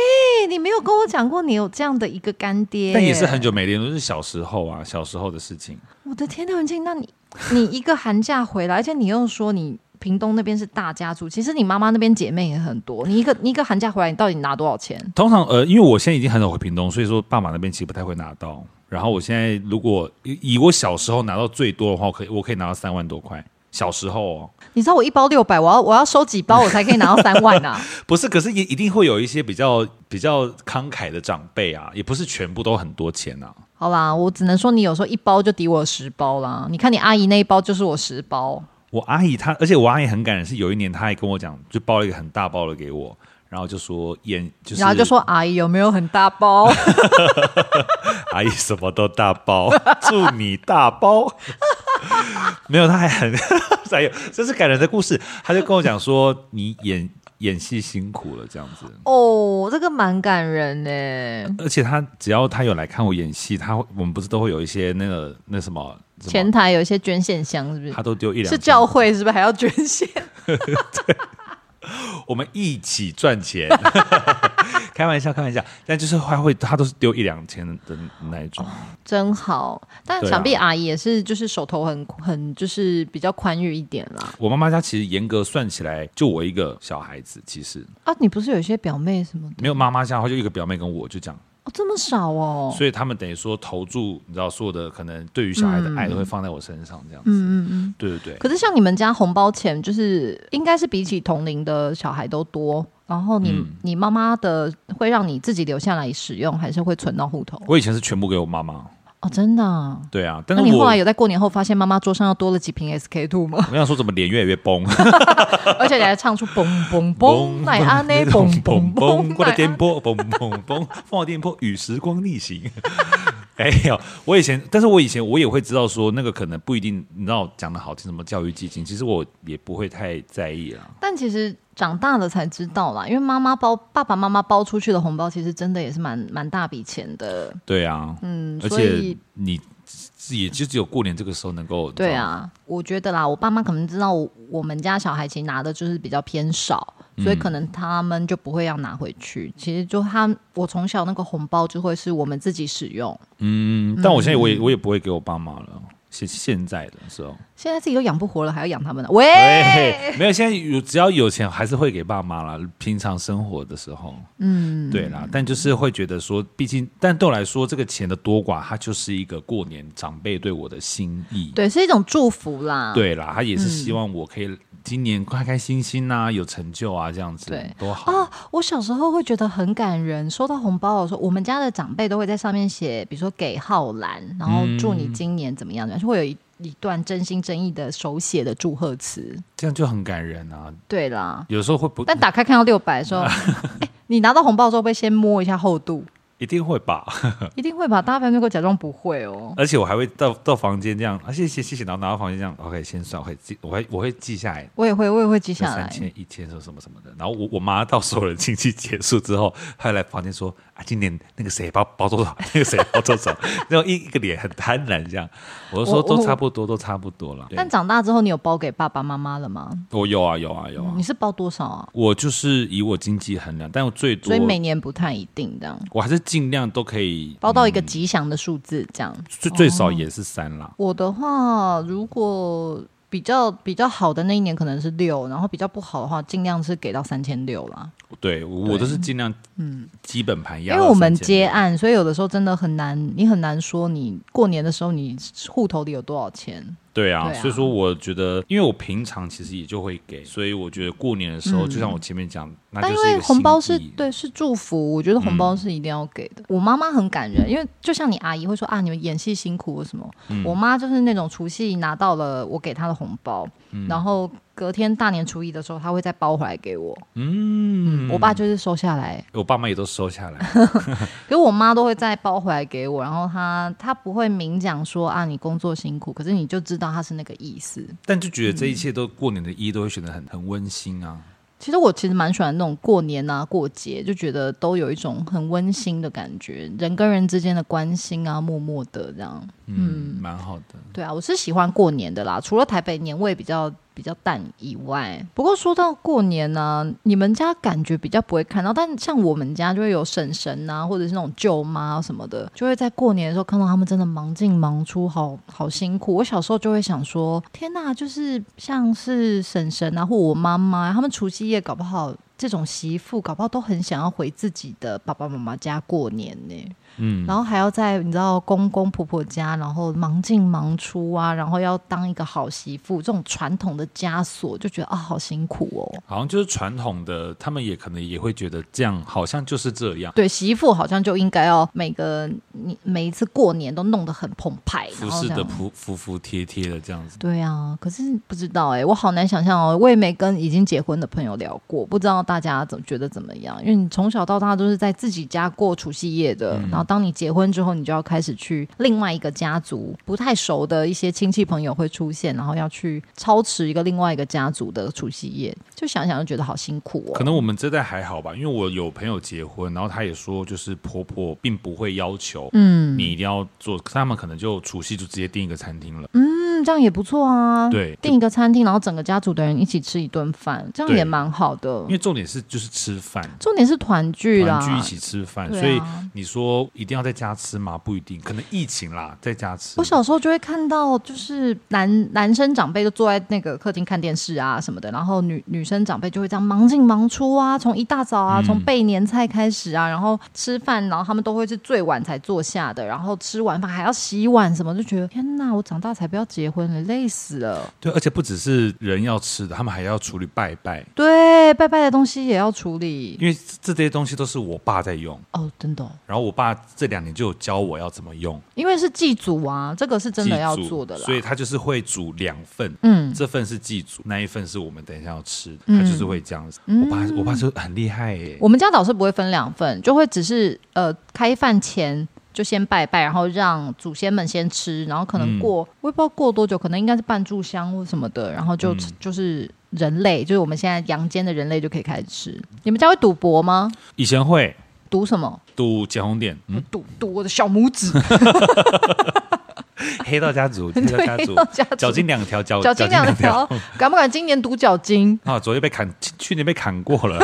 你没有跟我讲过你有这样的一个干爹，但也是很。久没联络，就是小时候啊，小时候的事情。我的天呐，文静，那你你一个寒假回来，而且你又说你屏东那边是大家族，其实你妈妈那边姐妹也很多。你一个你一个寒假回来，你到底拿多少钱？通常呃，因为我现在已经很少回屏东，所以说爸妈那边其实不太会拿到。然后我现在如果以以我小时候拿到最多的话，我可以我可以拿到三万多块。小时候哦，你知道我一包六百，我要我要收几包我才可以拿到三万 [LAUGHS] 啊？不是，可是也一定会有一些比较比较慷慨的长辈啊，也不是全部都很多钱啊。好啦，我只能说你有时候一包就抵我十包啦。你看你阿姨那一包就是我十包，我阿姨她，而且我阿姨很感人，是有一年她还跟我讲，就包了一个很大包的给我，然后就说演就是，然后就说阿姨有没有很大包？ [LAUGHS] 阿姨什么都大包， [LAUGHS] 祝你大包。 [LAUGHS] 没有，她还很， [LAUGHS] 哎呦，这是感人的故事。她就跟我讲说，你演演戏辛苦了这样子，哦，这个蛮感人呢、而且她只要她有来看我演戏，她我们不是都会有一些那个那什么什么前台有一些捐献箱，是不她是？都丢一两是千教会是不是还要捐 [LAUGHS] 献？我们一起赚钱。 [LAUGHS] 开玩笑，开玩笑，但就是他会，他都是丢一两千的那一哦种。真好，但对啊想必阿姨也是，就是手头很很就是比较宽裕一点啦。我妈妈家其实严格算起来，就我一个小孩子，其实啊，你不是有一些表妹什么的？没有妈妈家的话，就一个表妹跟我就这样，哦，这么少哦。所以他们等于说投注，你知道所有的可能对于小孩的爱都会放在我身上，这样子。嗯嗯嗯，对对对。可是像你们家红包钱，就是应该是比起同龄的小孩都多。然后你、嗯你妈妈的会让你自己留下来使用，还是会存到户头？我以前是全部给我妈妈，哦，真的、啊。对啊，但那是你后我来有在过年后发现妈妈桌上又多了几瓶 SK two 吗？我想说怎么脸越来越 [LAUGHS] 崩，而且你还唱出嘣 [LAUGHS] 嘣嘣，奶阿内嘣嘣嘣，我的奶颠安簸，嘣 [LAUGHS] 嘣嘣，放电波与时光逆行。 [LAUGHS] 哎呦，我以前，但是我以前我也会知道说，那个可能不一定，你知道讲的好听什么教育基金，其实我也不会太在意啊啦。但其实长大了才知道啦，因为妈妈包爸爸妈妈包出去的红包，其实真的也是蛮蛮大笔钱的。对啊，嗯，而所且以你自己就只有过年这个时候能够对，啊，我觉得啦，我爸妈可能知道我我们家小孩其实拿的就是比较偏少，所以可能他们就不会要拿回去。其实就他我从小那个红包就会是我们自己使用，嗯，但我现在我也我也不会给我爸妈了。现现在的时候，现在自己都养不活了，还要养他们呢？喂，哎对，没有现在有只要有钱还是会给爸妈啦。平常生活的时候，嗯，对啦，但就是会觉得说，毕竟，但对我来说，这个钱的多寡，它就是一个过年长辈对我的心意。对，啊是一种祝福啦。。对啦，他也是希望我可以今年开开心心呐、有成就啊，这样子，对多好。啊，我小时候会觉得很感人。收到红包的时候，我们家的长辈都会在上面写，比如说给浩然，然后祝嗯你今年怎么样，然后会有一一段真心真意的手写的祝贺词。这样就很感人啊。对啦，有时候会不，但打开看到六百的时候，嗯 [LAUGHS] 哎你拿到红包的时候会先摸一下厚度，一定会吧。一定会吧？大家不要给我假装不会哦。而且我还会到到房间这样，啊，谢谢谢谢，然后拿到房间这样，OK，先算，我会记，我会我会记下来。我也会，我也会记那下三来。千、一千什么什么什么的，然后我我妈到所有的亲戚结束之后，她来房间说：“啊，今年那个谁包包多少， [LAUGHS] 那个谁包多少。”然后一一个脸很贪婪这样，我就说我都我差不多，都差不多了。对但长大之后，你有包给爸爸妈妈了吗？我有啊有啊有啊，你是包多少啊？我就是以我经济衡量，但我最多所以每年不太一定这样，我还是尽量都可以嗯包到一个哦吉祥的数字这样。最最少也是三啦。我的话，如果比较比较好的那一年可能是六，然后比较不好的话，尽量是给到三千六啦。对我都是尽量嗯基本盘因压为到我们3000接案，所以有的时候真的很难，你很难说你过年的时候你户头里有多少钱。对啊，对啊所以说我觉得，因为我平常其实也就会给，所以我觉得过年的时候，就像我前面讲，那就嗯但因是一为个红包心是意，嗯对是祝福，我觉得红包是一定要给的。我妈妈很感人，因为就像你阿姨会说啊，你们演戏辛苦什么，嗯我妈就是那种除夕拿到了我给她的红包，嗯然后隔天大年初一的时候，她会再包回来给我。嗯，我爸就是收下来，我爸妈也都收下来， [LAUGHS] 可是我妈都会再包回来给我，然后她她不会明讲说啊你工作辛苦，可是你就知道她是那个意思。但就觉得这一切都过年的意义都会显得很很温馨啊。其实我其实蛮喜欢那种过年啊、过节，就觉得都有一种很温馨的感觉，人跟人之间的关心啊，默默的这样。嗯，蛮好的。对啊，我是喜欢过年的啦，除了台北年味比较比较淡以外，不过说到过年呢、你们家感觉比较不会看到，但像我们家就会有婶婶啊，或者是那种舅妈啊什么的，就会在过年的时候看到他们真的忙进忙出，好好辛苦。我小时候就会想说，天呐，就是像是婶婶啊，或我妈妈，他们除夕夜搞不好。这种媳妇搞不好都很想要回自己的爸爸妈妈家过年呢、嗯然后还要在你知道公公婆婆家，然后忙进忙出啊，然后要当一个好媳妇，这种传统的枷锁，就觉得啊、好辛苦哦。好像就是传统的，他们也可能也会觉得这样，好像就是这样，对，媳妇好像就应该要每个你每一次过年都弄得很澎湃，服然后侍这的样。服服服帖帖的这样子。对啊，可是不知道哎、我好难想象哦。我也没跟已经结婚的朋友聊过，不知道大家怎么觉得怎么样？因为你从小到大都是在自己家过除夕夜的，嗯然后当你结婚之后，你就要开始去另外一个家族，不太熟的一些亲戚朋友会出现，然后要去操持一个另外一个家族的除夕夜，就想想就觉得好辛苦哦。可能我们这代还好吧，因为我有朋友结婚，然后他也说，就是婆婆并不会要求，嗯，你一定要做，他们可能就除夕就直接订一个餐厅了。嗯，这样也不错啊。对订一个餐厅，然后整个家族的人一起吃一顿饭，这样对也蛮好的因。为重点是就是吃饭，重点是团聚啦，团聚一起吃饭，对啊所以你说一定要在家吃吗？不一定，可能疫情啦，在家吃。我小时候就会看到，就是男男生长辈就坐在那个客厅看电视啊什么的，然后女女生长辈就会这样忙进忙出啊，从一大早嗯啊，从备年菜开始啊，然后吃饭，然后他们都会是最晚才坐下的，然后吃完饭还要洗碗什么，就觉得天哪，我长大才不要结婚了，累死了。对，而且不只是人要吃的，他们还要处理拜拜，对，拜拜的东西也要处理因为这些东西都是我爸在用，哦，真的哦、然后我爸这两年就有教我要怎么用，因为是祭祖啊，这个是真的祭要祖做的啦，所以他就是会煮两份，嗯这份是祭祖，那一份是我们等一下要吃的，他就是会这样子。我爸我爸说很厉害耶，嗯我们家倒是不会分两份，就会只是呃开饭前就先拜拜，然后让祖先们先吃，然后可能过、我也不知道过多久，可能应该是半炷香或什么的，然后就、就是人类，就是我们现在阳间的人类就可以开始吃。你们家会赌博吗？以前会赌什么？赌捡红点，嗯，赌赌我的小拇指， [LAUGHS] 黑道家族，黑道家族黑道家族，脚筋两条，脚 [LAUGHS] 脚筋两条， [LAUGHS] 敢不敢今年赌脚 [LAUGHS] 筋？ [LAUGHS] 啊，昨天被砍，去去年被砍过 [LAUGHS] 了，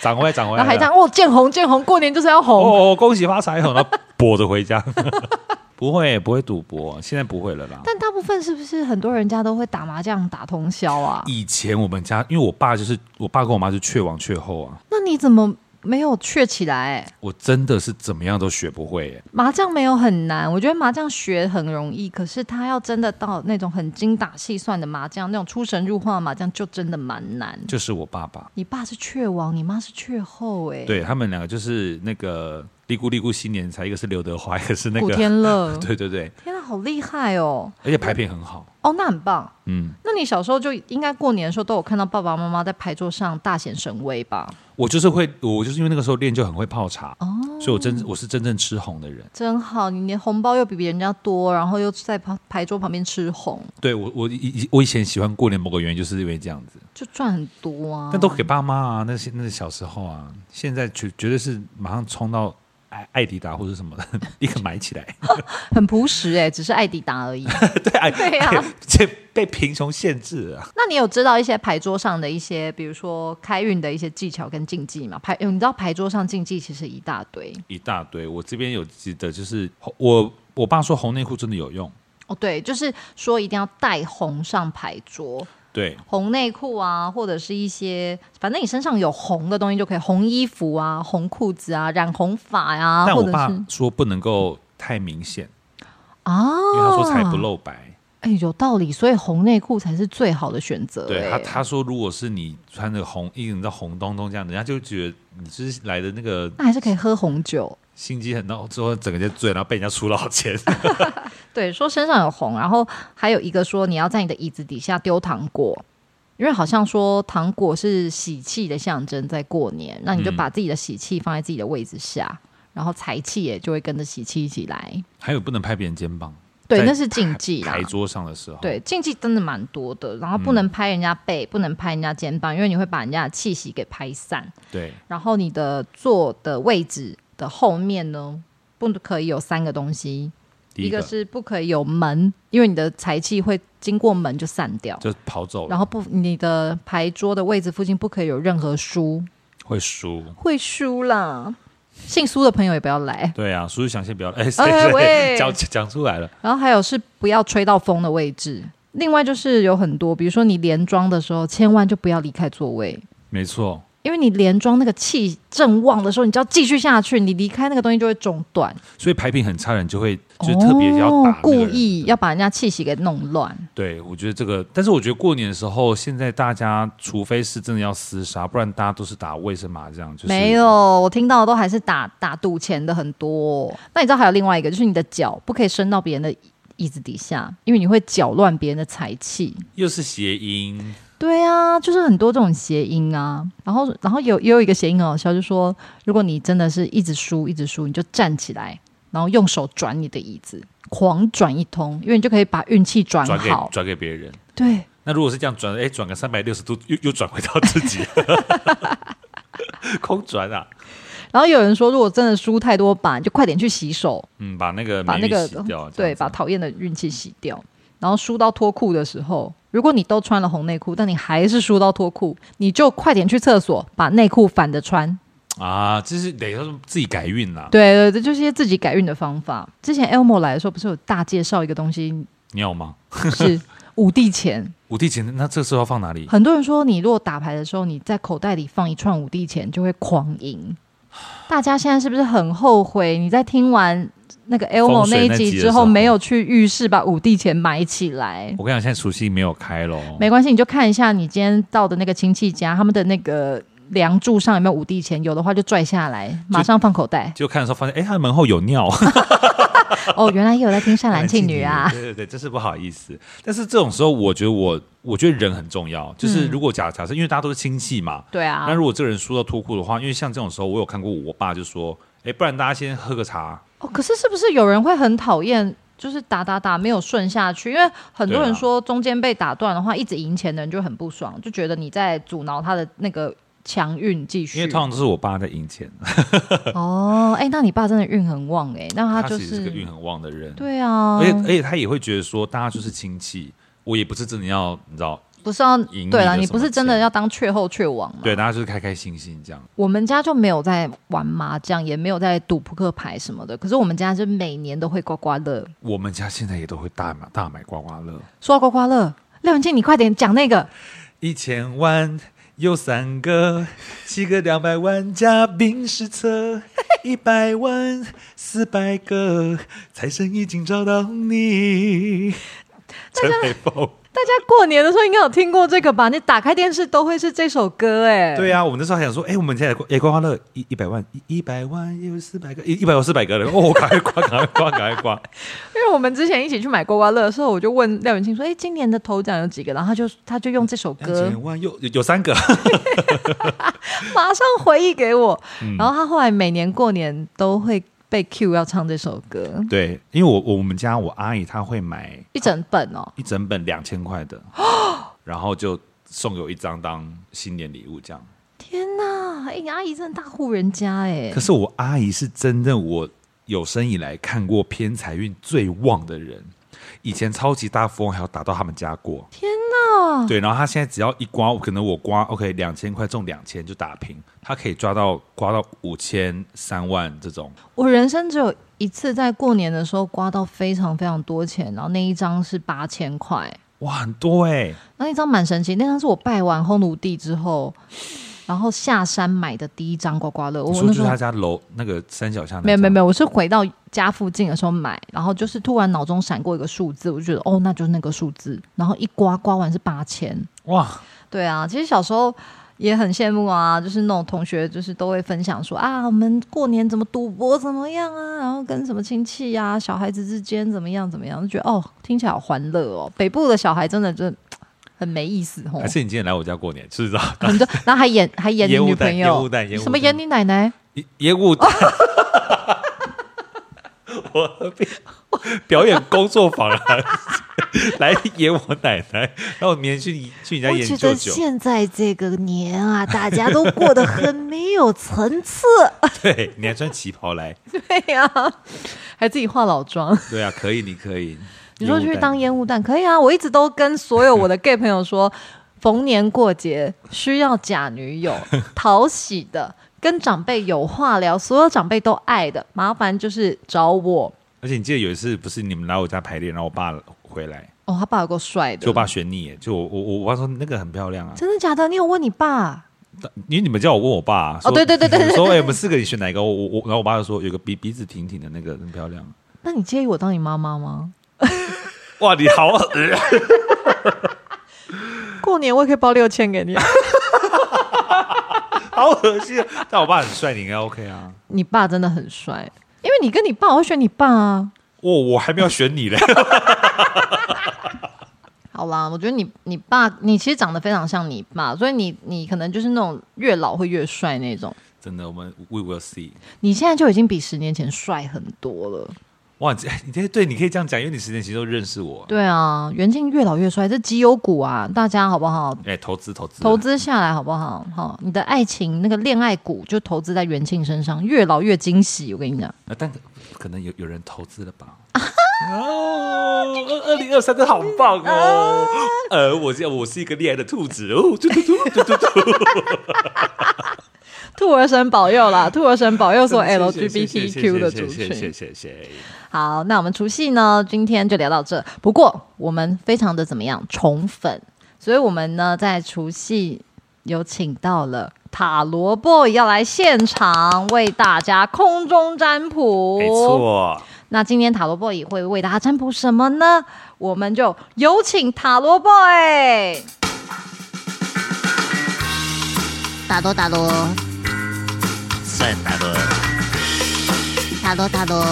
涨回来，涨回来然后还这了。样哦，见红见红，过年就是要红。哦，恭喜发财哦， [LAUGHS] 然后跛着回家。 [LAUGHS] 不会，不会赌博，现在不会了啦。但大部分是不是很多人家都会打麻将打通宵啊？以前我们家，因为我爸就是我爸跟我妈就雀王雀后啊，那你怎么没有雀起来、我真的是怎么样都学不会耶。麻将没有很难，我觉得麻将学很容易，可是他要真的到那种很精打细算的麻将，那种出神入化的麻将就真的蛮难。就是我爸爸，你爸是雀王，你妈是雀后、欸，哎，，对他们两个就是那个嘀咕嘀咕新年才，一个是刘德华，一个是那古个， [LAUGHS] 天乐，对对对，天啊，好厉害哦！而且牌品很好，哦，那很棒。嗯，那你小时候就应该过年的时候都有看到爸爸妈妈在牌桌上大显神威吧？我就是会，我就是因为那个时候练就很会泡茶，哦，所以我真我是真正吃红的人。真好，你连红包又比别人家多，然后又在牌牌桌旁边吃红，对我，我以以我以前喜欢过年某个原因，就是因为这样子，就赚很多啊。但都给爸妈啊，那些那是小时候啊，现在绝绝对是马上冲到艾艾迪达或者什么的， [LAUGHS] 立刻买起 [LAUGHS] 来。很朴实哎、只是艾迪达而已。对，哎，对啊哎这被贫穷限制了啊。那你有知道一些牌桌上的一些，比如说开运的一些技巧跟禁忌吗？牌，呃你知道牌桌上禁忌其实一大堆一大堆。我这边有记得，就是我我爸说红内裤真的有用，哦，对，就是说一定要带红上牌桌，对，红内裤啊，或者是一些反正你身上有红的东西就可以，红衣服啊，红裤子啊，染红发呀、但啊或我者爸是说不能够太明显，啊，因为他说才不。露白。哎、有道理，所以红内裤才是最好的选择、对他，哎他说如果是你穿的红，一你知道红东东这样，人家就觉得你就是来的那个那还是可以喝红酒。心机很到之后，整个就醉，然后被人家出老千。 [LAUGHS] 对，说身上有红，然后还有一个说你要在你的椅子底下丢糖果，因为好像说糖果是喜气的象征，在过年，那你就嗯把自己的喜气放在自己的位置下，然后财气也就会跟着喜气一起来。还有不能拍别人肩膀，对，在那是禁忌啦牌。桌上的时候，对，禁忌真的蛮多的，然后嗯不能拍人家背，不能拍人家肩膀，因为你会把人家的气息给拍散。对然后你的坐的位置的后面呢，不可以有三个东西，第一个个是不可以有门，因为你的财气会经过门就散掉。就跑走了，然后不，你的牌桌的位置附近不可以有任何书，会输。会输啦。姓苏的朋友也不要来。对啊，苏玉祥先不要，哎，谁哎谁喂讲讲出来了，然后还有是不要吹到风的位置。另外就是有很多，比如说你连庄的时候，千万就不要离开座位，没错，因为你连庄那个气正旺的时候，你就要继续下去，你离开那个东西就会中断。所以牌品很差的人就会就特别要打那个人、哦故意要把人家气息给弄乱。对，我觉得这个，但是我觉得过年的时候，现在大家除非是真的要厮杀，不然大家都是打卫生麻将，就是没有，我听到的都还是打打赌钱的很多、那你知道还有另外一个，就是你的脚不可以伸到别人的椅子底下，因为你会搅乱别人的财气。又是谐音，对啊，就是很多这种谐音啊。然后，然后有也有一个谐音很好笑，就是说，如果你真的是一直输，一直输，你就站起来，然后用手转你的椅子，狂转一通，因为你就可以把运气转转给好。转给别人。对，那如果是这样转，哎，转个三百六十度，又又转回到自己， [LAUGHS] 空转啊，然后有人说，如果真的输太多把，你就快点去洗手，嗯，把那个把霉那运个嗯洗掉，这对，样子把讨厌的运气洗掉。然后输到脱裤的时候，如果你都穿了红内裤，但你还是输到脱裤，你就快点去厕所把内裤反着穿。啊，就是等于说自己改运啦，对对，这就是一些自己改运的方法。之前 Elmo 来的时候，不是有大介绍一个东西你有吗？ [LAUGHS] 是五帝钱？五帝钱，那这时候要放哪里？很多人说，你如果打牌的时候，你在口袋里放一串五帝钱，就会狂赢。大家现在是不是很后悔？你在听完那个 Elmo 风水那一那集的集之时候后，没有去浴室把五帝钱埋起来？我跟你讲，现在除夕没有开喽，。没关系，你就看一下你今天到的那个亲戚家，他们的那个梁柱上有没有五帝钱，有的话就拽下来，马上放口袋 [LAUGHS] 就看的时候发现，哎，他门后有尿。哦，原来也有在听《善男信女》啊。 [LAUGHS] [LAUGHS] 对对对，真是不好意思。但是这种时候，我觉得我我觉得人很重要，嗯就是如果假假设，因为大家都是亲戚嘛，对啊那，如果这个人输到脱裤的话，因为像这种时候，我有看过我爸就说，哎，不然大家先喝个茶，哦，可是是不是有人会很讨厌？就是打打打没有顺下去，因为很多对人啊说中间被打断的话，一直赢钱的人就很不爽，就觉得你在阻挠他的那个强运继续。因为通常都是我爸在赢钱，哦，哎、那你爸真的运很旺哎、[LAUGHS] 那他就其实是是个运很旺的人，对啊，而且而且他也会觉得说，大家就是亲戚，我也不是真的要你知道，不是要你对了，的你什不么是真的钱要当雀后啊雀王嘛？对，大家就是开开心心这样。我们家就没有在玩麻将，也没有在赌扑克牌什么的。可是我们家就每年都会刮刮乐。我们家现在也都会大买大买刮刮乐，说到刮刮乐，廖文静，你快点讲那个一千万有三个，七个两百万加冰实 [LAUGHS] 测，一百万四百个，财神已经找到你。陈美凤，大家过年的时候应该有听过这个吧？你打开电视都会是这首歌哎、对啊，我们那时候还想说，哎、我们现在也刮刮乐一一百万，一一百万有四百个，一一百有四百个了，哦，赶快刮，赶快刮，赶快刮，因为我们之前一起去买刮刮乐的时候，我就问廖文庆说：“哎、今年的头奖有几个？”然后他就他就用这首两歌千万又有有哦三个，马上回忆给我。嗯然后他后来每年过年都会被 Q 要唱这首歌，对，因为我我们家我阿姨她会买一整本哦。一整本两千块的， [GASPS] 然后就送给我一张当新年礼物这样。天哪，哎、你阿姨真的大户人家哎、可是我阿姨是真的我有生以来看过偏财运最旺的人，以前超级大富翁还有打到他们家过，天哪！哇，对，然后他现在只要一刮，可能我刮 OK 两千块中两千就打平，他可以抓到刮到五千三万这种。我人生只有一次在过年的时候刮到非常非常多钱，然后那一张是八千块，哇，很多哎、那一张蛮神奇，那张是我拜完烘炉地之后，然后下山买的第一张刮刮乐。我你说那就时是候他家楼那个三小巷那家，没有没有没有，我是回到家附近的时候买，然后就是突然脑中闪过一个数字，我就觉得哦，那就是那个数字，然后一刮刮完是八千。哇，对啊，其实小时候。也很羡慕啊，就是那种同学，就是都会分享说啊，我们过年怎么赌博怎么样啊，然后跟什么亲戚呀、小孩子之间怎么样怎么样，就觉得哦，听起来好欢乐哦。北部的小孩真的就很没意思哦还。是你今天来我家过年，是不是啊？你就然后还演还演你烟雾女弹朋友，烟雾弹烟雾什么弹演你奶奶？烟烟雾弹， [LAUGHS] 我表演工作坊啊，来演我奶奶，然后明天去你去你家我演觉舅得舅，现在这个年 [LAUGHS] 啊，大家都过得很没有层次。对，你还穿旗袍来，对呀、 [LAUGHS] 还自己化老妆。对啊，可以，你可以。你说烟雾去弹当烟雾弹可以啊，我一直都跟所有我的 [LAUGHS] gay 朋友说，逢年过节需要假 [LAUGHS] 女友，讨喜的，跟长辈有话聊，所有长辈都爱的，麻烦就是找我。而且你记得有一次，不是你们来我家排练，然后我爸回来，哦，他爸有够帅就我的，爸选你耶，就我我我爸说那个很漂亮啊，真的假的？你有问你爸？因为你们叫我问我爸啊、说哦对对对对对说哎、我们四个你选哪一个？我我我，然后我爸就说有个鼻鼻子挺挺的那个很漂 [LAUGHS] 亮，那你介意我当你妈妈吗？哇，你好恶，过年我也可以包六千给你。好恶心啊。但我爸很帅，你应该 OK 啊。 [LAUGHS] 你爸真的很帅，因为你跟你爸，我会选你爸啊。我、我还没有选你嘞，好啦，我觉得你你爸，你其实长得非常像你爸，所以你你可能就是那种越老会越帅那种。真的，我们 we will see。你现在就已经比十年前帅很多哦了。哇，你你这对你可以这样讲，因为你十年前都认识我。对啊，袁静越老越帅，这绩优股啊，大家好不好？哎、投资投资投资下来好不好？好，你的爱情那个恋爱股就投资在袁庆身上，越老越惊喜。我跟你 [LAUGHS] 讲，啊，但可能有有人投资了吧？哦，二二零二三真的好棒哦！呃，我是我是一个恋爱的兔子哦，突突突突突突，兔儿神保佑啦，兔儿神保佑所 [LAUGHS] 有谢谢谢谢谢 LGBTQ 谢的族谢谢谢群。谢谢。好，那我们除夕呢，今天就聊到这。不过我们非常的怎么样宠粉，所以我们呢在除夕有请到了塔罗 boy 要来现场为大家空中占卜。没。错，那今天塔罗 boy 会为大家占卜什么呢？我们就有请塔罗 boy。打多打多算塔罗，打多打多，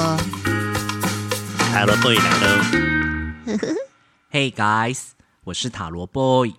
塔罗 boy 来 [LAUGHS] 喽。hey guys，我是塔罗 boy，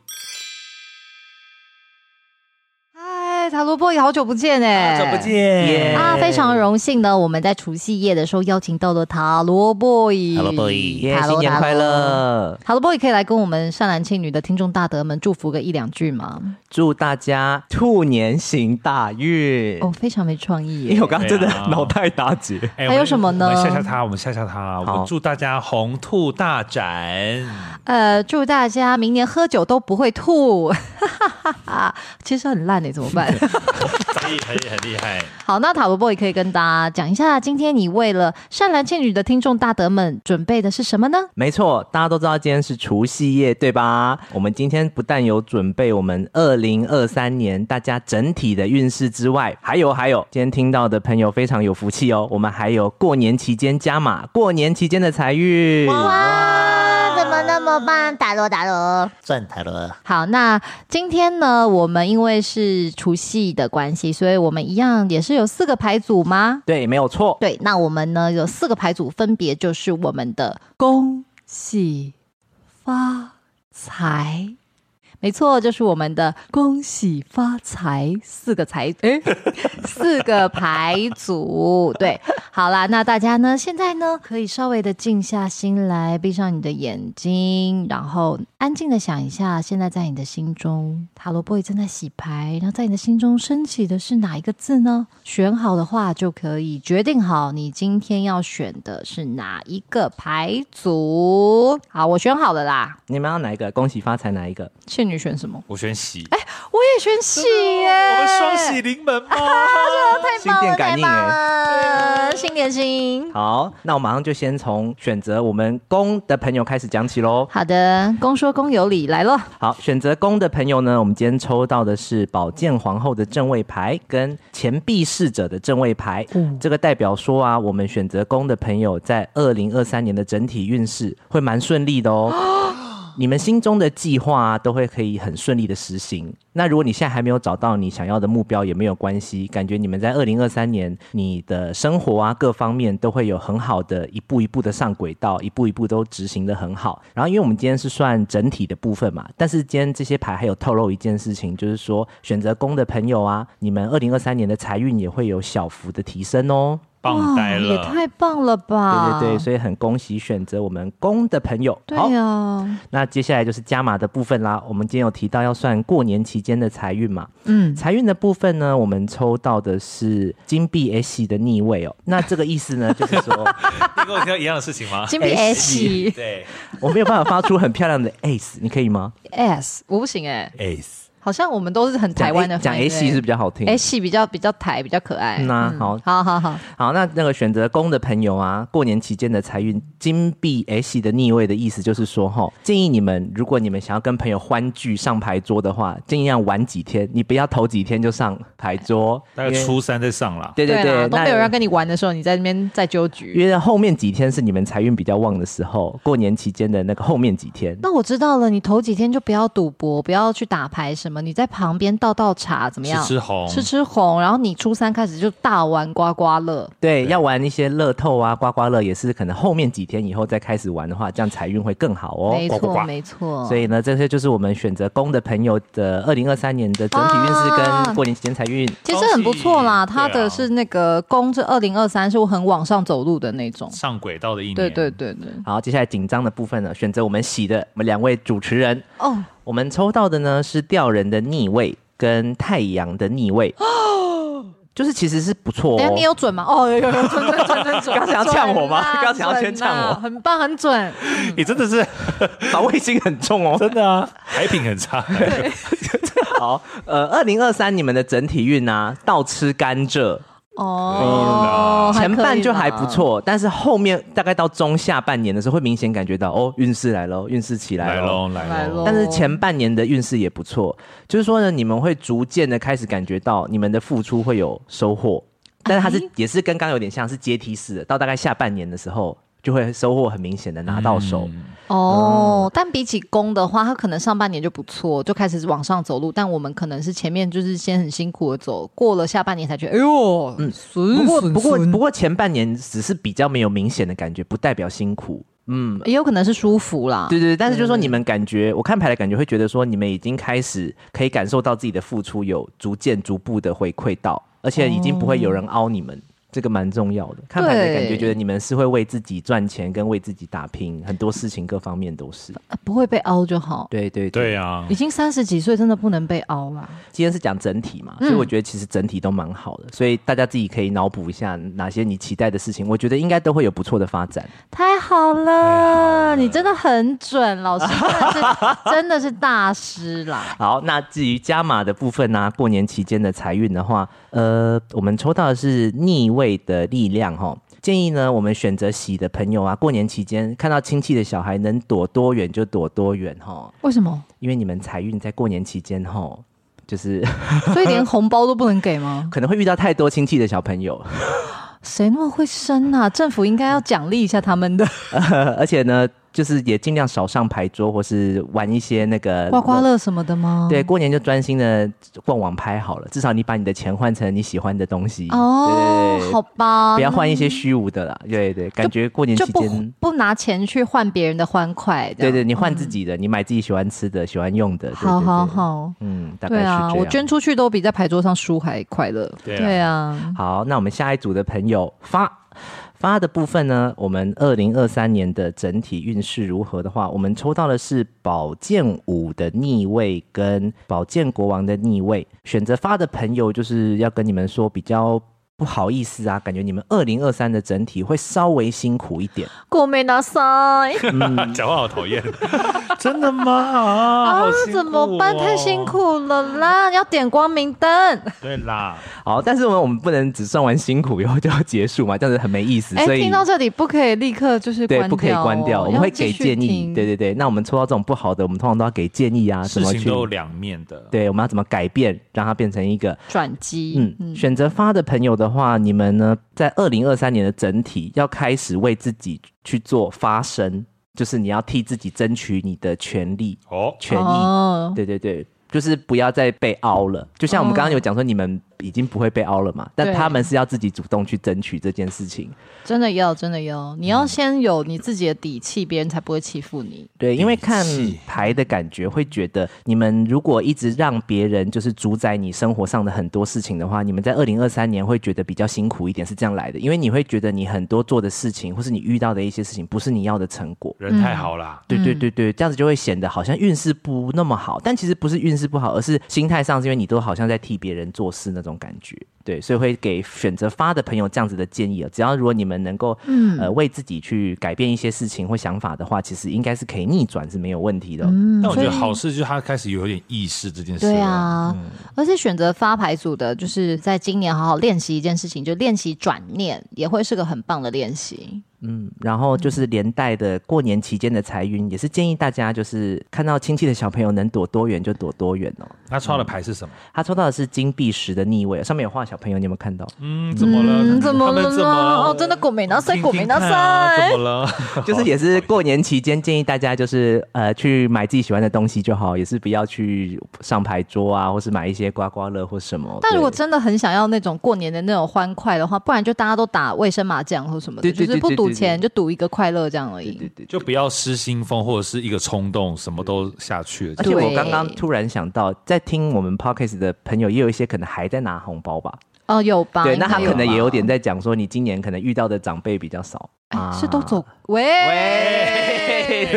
嗨，塔罗 boy，好久不见哎、好久不。见，啊，非常荣幸呢！我们在除夕夜的时候邀请到了塔罗 boy，塔罗 boy，耶塔新罗年塔罗快乐！塔罗 boy 可以来跟我们善男信女的听众大德们祝福个一两句吗？祝大家兔年行大运！哦，非常没创意哎因为耶我。刚刚真的对啊脑袋打结。哎还有什么呢我们吓吓他，我们吓吓他，我好们祝大家红兔大展。呃，祝大家明年喝酒都不会吐， [LAUGHS] 哈哈哈哈！其实很烂哎，怎么办？很厉害，很厉害！ [LAUGHS] 好，那塔罗 boy 可以跟大家讲一下，今天你为了善男信女的听众大德们准备的是什么呢？没错，大家都知道今天是除夕夜，对吧？我们今天不但有准备我们二零二三年大家整体的运势之外，还有还有，今天听到的朋友非常有福气哦。我们还有过年期间加码，过年期间的财运。哇，怎么那么棒？打罗打罗，算塔罗，好，那今天呢，我们因为是除夕的关系，所以我们一样也是有四个牌组吗？对，没有错。对，那我们呢有四个牌组，分别就是我们的恭喜发财。没错，就是我们的恭喜发财四个财，诶四个牌组。对，好啦，那大家呢，现在呢可以稍微的静下心来，闭上你的眼睛，然后安静的想一下，现在在你的心中，塔罗 boy 正在洗牌，然后在你的心中升起的是哪一个字呢？选好的话，就可以决定好你今天要选的是哪一个牌组。好，我选好了啦。你们要哪一个？恭喜发财哪一个？倩女选什么？我选喜，我也选喜哎耶、我们双喜临门 [LAUGHS] 吗？心电感应哎、呃，新点心。好，那我马上就先从选择我们公的朋友开始讲起喽。好的，公说公有理来了。好，选择公的朋友呢，我们今天抽到的是宝剑皇后的正位牌跟钱币侍者的正位牌。这个代表说啊，我们选择公的朋友在二零二三年的整体运势会蛮顺利的哦。你们心中的计划、啊、都会可以很顺利的实行。那如果你现在还没有找到你想要的目标，也没有关系，感觉你们在二零二三年你的生活啊各方面都会有很好的一步一步的上轨道，一步一步都执行的很好。然后，因为我们今天是算整体的部分嘛，但是今天这些牌还有透露一件事情，就是说选择宫的朋友啊，你们二零二三年的财运也会有小幅的提升哦。棒呆也了，太棒了吧！对对对，所以很恭喜选择我们宫的朋友。啊对啊好呀、那接下来就是加码的部分啦。我们今天有提到要算过年期间的财运嘛，嗯，财运的部分呢，我们抽到的是金币 S 的逆位哦。那这个意思呢，就是说你跟我听到一样的事情吗？金币哎 S 对我没有办法发出很漂亮的 S，你可以吗？ S，我不行哎、 ，Ace，好像我们都是很讲台湾的 A- 哎讲 S 是比较好听。 S 比较比较台，比较可爱。嗯啊好好好好，好，那那个选择宫的朋友啊，过年期间的财运金币 S 的逆位的意思就是说，哈，建议你们，如果你们想要跟朋友欢聚上牌桌的话，尽量晚几天，你不要头几天就上牌桌，大概初三再上啦。对对啦对，都那没有人要跟你玩的时候，你在那边在纠局。因为后面几天是你们财运比较旺的时候，过年期间的那个后面几天。那我知道了，你头几天就不要赌博，不要去打牌什么，你在旁边倒倒茶，怎么样？吃吃红，吃吃红，然后你初三开始就大玩刮刮乐，对，要玩一些乐透啊、刮刮乐，也是可能后面几天以后再开始玩的话，这样财运会更好哦。没刮刮错刮没错。所以呢，这些就是我们选择公的朋友的二零二三年的整体运势啊跟过年期间财运。其实很不错啦，恭喜他对啊的是那个弓是二零二三，是我很往上走路的那种。上轨道的一年，对对对对，好，接下来紧张的部分呢，选择我们喜的我们两位主持人，哦，我们抽到的呢是吊人的逆位跟太阳的 [GASPS] 逆位，就是其实是不错等一下你哦。有准吗？哦，有有有准准准准准， [LAUGHS] 刚才要呛我吗 [LAUGHS] 准啊刚才要先呛我准啊很棒很准，你真的 [LAUGHS] 是防卫心很重哦，真的啊，牌品很 [LAUGHS] 差。 [LAUGHS] 好，呃，二零二三你们的整体运啊，倒吃甘蔗，啊哦，前半就还可以不啦。错，但是后面大概到中下半年的时候，会明显感觉到哦，运势来喽，运势起来来喽。喽来来喽，嗯咯但是前半年的运势也不错，就是说呢，你们会逐渐的开始感觉到你们的付出会有收获，但是它哎是也是跟刚刚有点像是阶梯式的，到大概下半年的时候就会收获很明显的拿到手。嗯哦，嗯但比起弓的话，他可能上半年就不错，就开始往上走路。但我们可能是前面就是先很辛苦的走，过了下半年才觉得，哎呦，嗯，不不过不过不过前半年只是比较没有明显的感觉，不代表辛苦。嗯，也有可能是舒服啦。对对，对但是就是说你们感觉，我看牌的感觉会觉得说，你们已经开始可以感受到自己的付出有逐渐逐步的回馈到，而且已经不会有人凹你们。这个蛮重要的，看牌的感觉对觉得你们是会为自己赚钱，跟为自己打拼，很多事情各方面都是。嗯啊不会被凹就好。对对对啊已，经三十几岁，真的不能被凹啦。今天是讲整体嘛，所以我觉得其实整体都蛮好的，所以大家自己可以脑补一下哪些你期待的事情，我觉得应该都会有不错的发展。太好了，你真的很准，老师真的 [LAUGHS] 是真的是大师啦。好，那至于加码的部分呢、过年期间的财运的话，呃，我们抽到的是逆位的力量哈。建议呢，我们选择喜的朋友啊，过年期间看到亲戚的小孩，能躲多远就躲多远哈，为什么？因为你们财运在过年期间哈，就是 [LAUGHS] 所以连红包都不能给吗？可能会遇到太多亲戚的小朋友， [LAUGHS] 谁那么会生啊？政府应该要奖励一下他们的。呃而且呢，就是也尽量少上牌桌，或是玩一些那个刮刮。乐哦什么的吗？对，过年就专心的逛网拍好了，至少你把你的钱换成你喜欢的东西。哦对对，对好吧，不要换一些虚无的啦。对对，感觉过年哦嗯就期不间，不拿钱去换别人的欢快，这对样对，你换自己的，你买自己喜欢吃的、喜欢用的。对好好，对对好，嗯，大概对是这啊，样。我捐出去都比在牌桌上输还快乐，对啊对啊，好，那我们下一组的朋友发发的部分呢，我们二零二三年的整体运势如何的话，我们抽到的是宝剑五的逆位跟宝剑国王的逆位。选择发的朋友就是要跟你们说比较。不好意思啊，感觉你们二零二三的整体会稍微辛苦一点。过没拿 [LAUGHS] 塞，[LAUGHS] 嗯讲话好讨 [LAUGHS] 厌，真的吗？哦啊，好辛苦怎么办？哦太辛。苦了啦，要点光明灯，对啦，好，但是我们我们不能只算完辛苦以后就要结束嘛，这样子很没意思。哎，所以听到这里不可以立刻就是对关，不可以哦关掉，我们要会继给续建议。听对对对，那我们抽到这种不好的，我们通常都要给建议啊，事什么情去都有两面的。对，我们要怎么改变，让它变成一个转机，嗯，选择发的朋友的话，你们呢，在二零二三年的整体要开始为自己去做发声，就是你要替自己争取你的权利、哦，权益。哦对对对，就是不要再被凹了。就像我们刚刚有讲说，你们已经不会被凹了嘛，但哦对他们是要自己主动去争取这件事情。真的要，真的嗯要，你要先有你自己的底气，别人才不会欺负你。对，因为看气牌的感觉，会觉得你们如果一直让别人就是主宰你生活上的很多事情的话，你们在二零二三年会觉得比较辛苦一点，是这样来的。因为你会觉得你很多做的事情，或是你遇到的一些事情，不是你要的成果。人太好啦，对对对对，这样子就会显得好像运势不那么好，但其实不是运势不好，而是心态上是因为你都好像在替别人做事那种感觉。对，所以会给选择发的朋友这样子的建议哦。只要如果你们能够，嗯，呃，为自己去改变一些事情或想法的话，其实应该是可以逆转是没有问题的哦、嗯但我觉得好事就是他开始有点意识这件事。对，啊，嗯而且选择发牌组的，就是在今年好好练习一件事情，就练习转念，也会是个很棒的练习。嗯，然后就是连带的过年期间的财运，也是建议大家就是看到亲戚的小朋友能躲多远就躲多远哦。他抽到的牌是什么？他抽到的是金币十的逆位，上面有画小朋友，你有没有看到？嗯，怎么了？嗯，怎么他了们怎么呢？了哦，真的果没拿塞，果没拿听听看啊塞怎。么了？ [LAUGHS] 就是也是过年期间，建议大家就是呃去买自己喜欢的东西就好，也是不要去上牌桌啊，或是买一些刮刮乐或什么。但如果对真的很想要那种过年的那种欢快的话，不然就大家都打卫生麻将或什么的，对对就是对不对赌对钱，就赌一个快乐这样而已。 [LAUGHS] 就不要失心疯或者是一个冲动，什么都下去了。而且我对刚刚突然想到，在听我们 podcast 的朋友，也有一些可能还在拿红包吧？哦，有吧？对，应那他该可能吧哎也有点在讲说，你今年可能遇到的长辈比较少啊，是都走喂。 [LAUGHS] 哎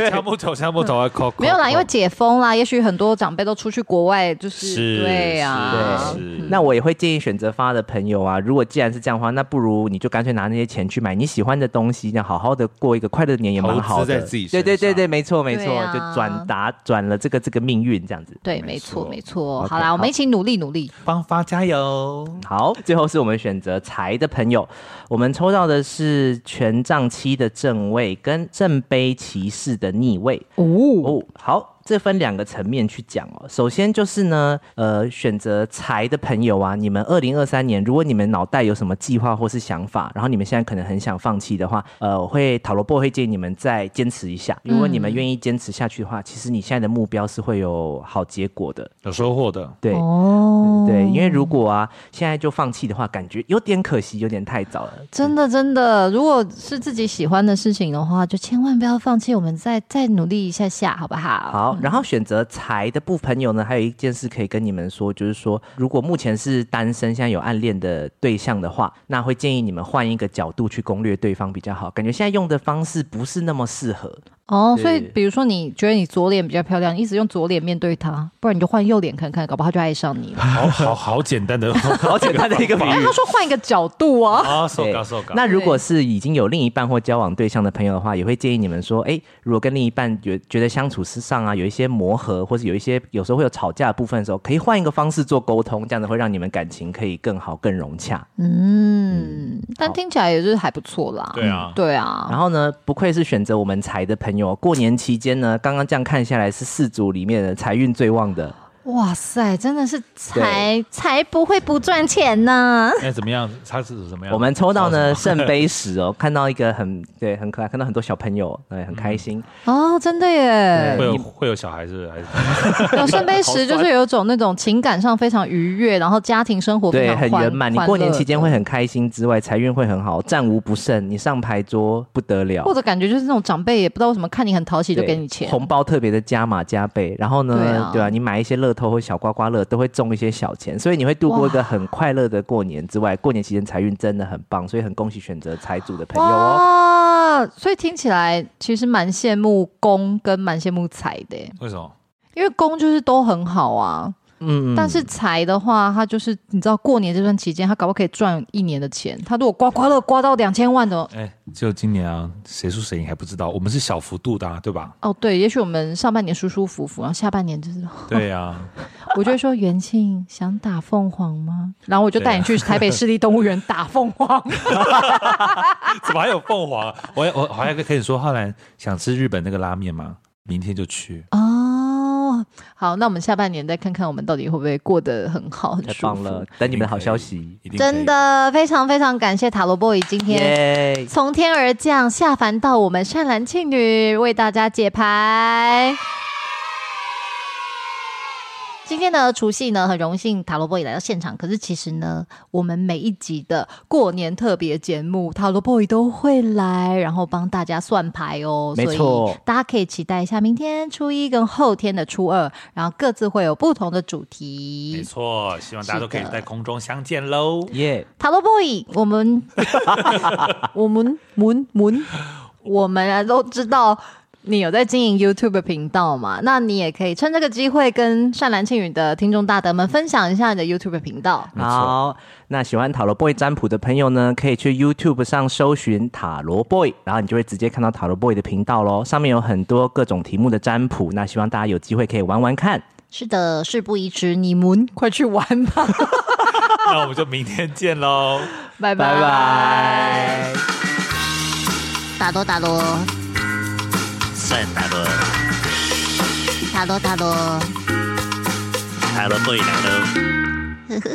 敲木头，敲木头，扣扣没有啦，因为解封啦，也许很多长辈都出去国外，就是是对啊，啊，是那我也会建议选择发的朋友啊，如果既然是这样的话，那不如你就干脆拿那些钱去买你喜欢的东西，这样好好的过一个快乐的年也蛮好投资的。在自己身上对对对对，没错没错，对啊就转达转了这个这个命运这样子。对，没错没错。 OK，好啦，我们好一起努力努力。帮发加油！好，最后是我们选择财的朋友，我们抽到的是权杖七的正位跟正杯骑士的逆位。哦，好，这分两个层面去讲哦。首先就是呢，呃，选择财的朋友啊，你们二零二三年，如果你们脑袋有什么计划或是想法，然后你们现在可能很想放弃的话，呃，我会塔罗波会建议你们再坚持一下。如果你们愿意坚持下去的话，其实你现在的目标是会有好结果的。有收获的。对，哦对，因为如果啊，现在就放弃的话，感觉有点可惜，有点太早了。真的真的，如果是自己喜欢的事情的话，就千万不要放弃，我们再再努力一下下，好不好？好，然后选择财的部朋友呢，还有一件事可以跟你们说，就是说，如果目前是单身，现在有暗恋的对象的话，那会建议你们换一个角度去攻略对方比较好。感觉现在用的方式不是那么适合， [LAUGHS] 哦，对所以比如说你觉得你左脸比较漂亮，你一直用左脸面对他，不然你就换右脸看看，搞不好他就爱上你 [LAUGHS] 了。 [LAUGHS] 好好好简单的，好简单的一个比哎，喻他。说换一个角度啊。啊，受对嘎受嘎。那如果是已经有另一半或交往对象的朋友的话，也会建议你们说，哎，如果跟另一半觉觉得相处之上啊，有一些磨合，或是有一些有时候会有吵架的部分的时候，可以换一个方式做沟通，这样子会让你们感情可以更好、更融洽。嗯，但听起来也是还不错啦。对啊对啊。然后呢，不愧是选择我们财的朋友，过年期间呢，刚刚这样看下来是四组里面的财运最旺的。哇塞，真的是才才不会不赚钱呢。那哎怎么样？它是嗯怎么样？我们抽到呢什圣么杯十哦， [LAUGHS] 看到一个很对很可爱，看到很多小朋友，对，很开心。哦，真的耶！ [LAUGHS] 会有你会有小孩是不是还是 [LAUGHS] 有圣杯十就是有一种那种情感上非常愉悦，然后家庭生活非对，常很欢圆满。你欢过年乐期间会很开心之外，财运会很好，战无不胜。你上牌桌不得了，或者感觉就是那种长辈也不知道为什么看你很讨喜就对给你钱，红包特别的加码加倍。然后呢，对对啊啊你买一些乐透或小刮刮乐都会中一些小钱，所以你会度过一个很快乐的过年之外，过年期间财运真的很棒，所以很恭喜选择财主的朋友哦。哇，所以听起来其实蛮羡慕公跟蛮羡慕财的耶，为什么？因为公就是都很好啊，嗯，但是财的话，他就是你知道过年这段期间，他搞不好可以赚一年的钱。他如果刮刮乐刮到两千万的，哎，就今年啊，谁输谁赢还不知道，我们是小幅度的、啊，对吧？哦对，也许我们上半年舒舒服服，然后下半年 [LAUGHS] 就是， [LAUGHS] 对啊，我就会说元庆想打凤凰吗？然后我就带你去台北市立动物园打凤凰。怎么还有凤凰啊？我我我还可以说，浩然想吃日本那个拉面吗？明天就去。 [LAUGHS] 哦，好，那我们下半年再看看我们到底会不会过得很好，很太舒棒服。了，等你们的好消息。一定可以真，的非常非常感谢塔罗 boy 今天耶！从天而降下凡到我们善男信女为大家解牌。今天的除夕呢，很荣幸塔罗 boy 来到现场。可是其实呢，我们每一集的过年特别节目，塔罗 boy 都会来，然后帮大家算牌哦。没错所以大家可以期待一下明天初一跟后天的初二，然后各自会有不同的主没题。错，希望大家都可以是的在空中相见喽。耶、塔罗 boy，我们 [LAUGHS] 我们们们我们啊都知道。你有在经营 YouTube 频道嘛？那你也可以趁这个机会跟善兰庆语的听众大德们分享一下你的 YouTube 频道。好，那喜欢塔罗 boy 占卜的朋友呢，可以去 YouTube 上搜寻塔罗 boy，然后你就会直接看到塔罗 boy 的频道喽。上面有很多各种题目的占卜，那希望大家有机会可以玩玩看。是的，事不宜迟，你们快去玩吧， [LAUGHS] 那我们就明天见喽。 [LAUGHS] 拜拜拜。塔罗塔罗算塔罗，塔罗塔罗，塔罗 boy 来喽。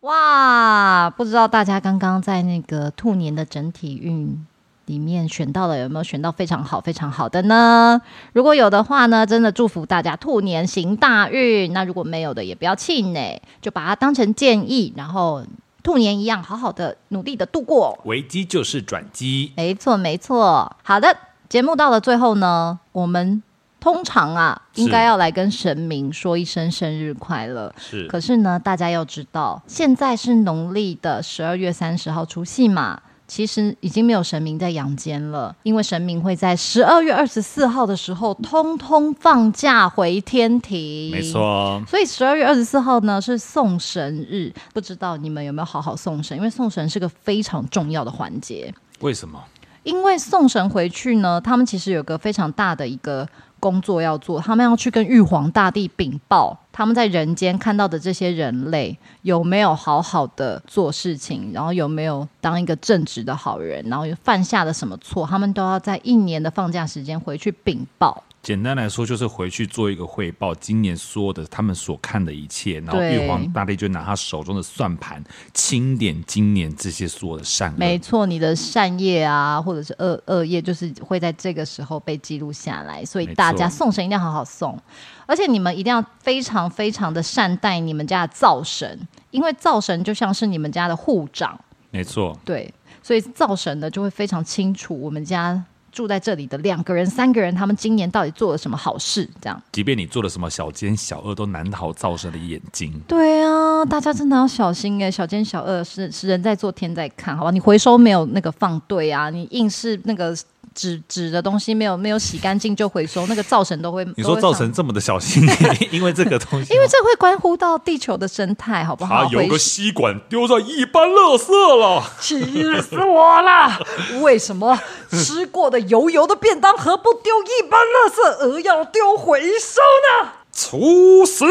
哇，不知道大家刚刚在那个兔年的整体运里面选到了有没有选到非常好、非常好的呢？如果有的话呢，真的祝福大家兔年行大运。那如果没有的，也不要气馁，就把它当成建议，然后兔年一样好好的努力的度过。危机就是转机，没错，没错。好的，节目到了最后呢，我们通常啊，是应该要来跟神明说一声生日快乐。是可是呢，大家要知道，现在是农历的十二月三十号除夕嘛。其实已经没有神明在阳间了，因为神明会在十二月二十四号的时候通通放假回天庭。没错。所以十二月二十四号呢是送神日，不知道你们有没有好好送神？因为送神是个非常重要的环节。为什么？因为送神回去呢，他们其实有个非常大的一个工作要做，他们要去跟玉皇大帝禀报，他们在人间看到的这些人类有没有好好的做事情，然后有没有当一个正直的好人，然后有犯下了什么错，他们都要在一年的放假时间回去禀报。简单来说，就是回去做一个汇报，今年所有的他们所看的一切，然后对玉皇大帝就拿他手中的算盘清点今年这些所有的善恶。没错，你的善业啊，或者是恶恶业，就是会在这个时候被记录下来。所以没错大家送神一定要好好送，而且你们一定要非常非常的善待你们家的灶神，因为灶神就像是你们家的护长，没错，对，所以灶神呢就会非常清楚我们家住在这里的两个人、三个人，他们今年到底做了什么好事，这样。即便你做了什么小奸小恶，都难逃造神的眼睛。对啊，大家真的要小心哎、小奸小恶是是人在做天在看，好吧？你回收没有那个放对啊，你硬是那个纸纸的东西没有没有洗干净就回收，那个造神都会。你说都造会上神，这么的小 [LAUGHS] 心翼翼，因为这个东西，因为这会关乎到地球的生态，好不他啊好？有回个吸管丢在一般垃圾了。气死我了！为什么吃过的油油的便当盒不丢一般垃圾，而要丢回收呢？厨 [LAUGHS] 师，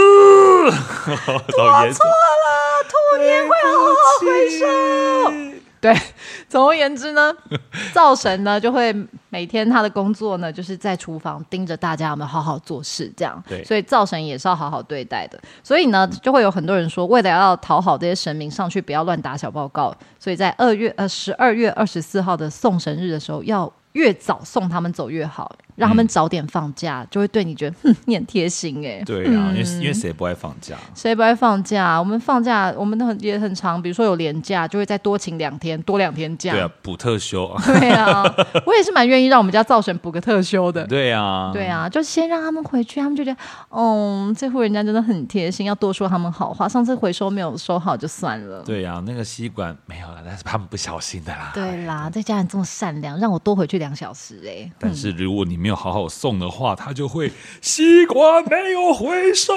老爷子， [LAUGHS] 对，总而言之呢，灶神呢就会每天他的工作呢，就是在厨房盯着大家有没有好好做事，这样。对所以灶神也是要好好对待的。所以呢，就会有很多人说，为了要讨好这些神明，上去不要乱打小报告，所以在二月呃十二月二十四号的送神日的时候，要越早送他们走越好，让他嗯们早点放假，就会对你觉得，哼，你很贴心哎、对啊，因为因为谁不爱放假？谁不爱放假？我们放假，我们很也很长，比如说有连假，就会再多请两天，多两天假。对啊，补特休，对啊，我也是蛮愿意让我们家灶神补个特休 [LAUGHS] 的。对啊， [LAUGHS] 对啊，就先让他们回去，他们就觉得，嗯，这户人家真的很贴心，要多说他们好话。上次回收没有收好就算了。对啊，那个吸管没有了，但是他们不小心的啦。对啦，这家人这么善良，让我多回去两小时哎、但是如果你没有好好送的话，他就会吸管没有回 [LAUGHS] 收，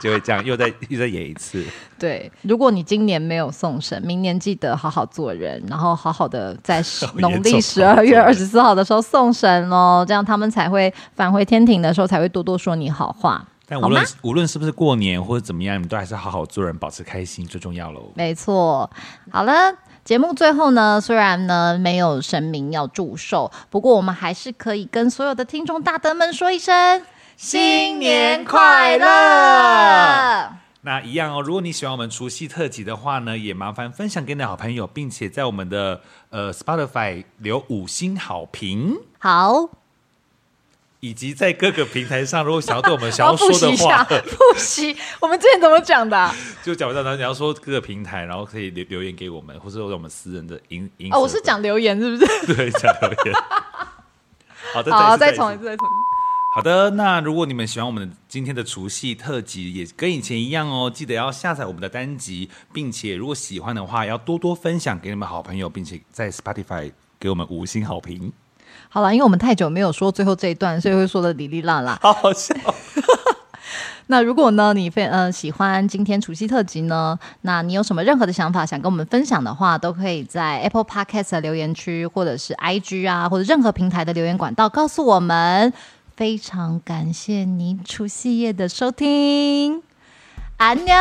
就会这样又再又再演一次。对，如果你今年没有送神，明年记得好好做人，然后好好的在农历严十重二月好二好十四号的时候送神哦，这样他们才会返回天庭的时候才会多多说你好话。但好无吗论无论是不是过年或者怎么样，你们都还是好好做人，保持开心最重要喽。没错，好了。节目最后呢，虽然呢没有神明要祝寿，不过我们还是可以跟所有的听众大德们说一声新年快乐。那一样哦，如果你喜欢我们除夕特辑的话呢，也麻烦分享给你的好朋友，并且在我们的呃 Spotify 留五星好评，好，以及在各个平台上，如果想要对我们想 [LAUGHS] 我要要说复习的一下，话，复习我们之前怎么讲的啊、 [LAUGHS] 就讲不到，然后你要说各个平台，然后可以留留言给我们，或者我们私人的影影。 [LAUGHS] 哦，我是讲留言是 [LAUGHS] 不是？ [LAUGHS] 对讲留言。好的， [LAUGHS] 好，再再重重一次，再重一次。好的，那如果你们喜欢我们今天的除夕特辑，也跟以前一样哦，记得要下载我们的单集，并且如果喜欢的话，要多多分享给你们好朋友，并且在 Spotify 给我们五星好评。好了，因为我们太久没有说最后这一段，所以会说的哩哩啦啦。好好笑，那如果呢，你非呃喜欢今天除夕特辑呢，那你有什么任何的想法想跟我们分享的话，都可以在 Apple Podcast 的留言区，或者是 IG 啊，或者任何平台的留言管道告诉我们。非常感谢您除夕夜的收听，安妞，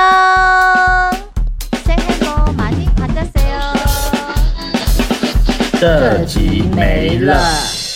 생일복많이받으세요。这集没了。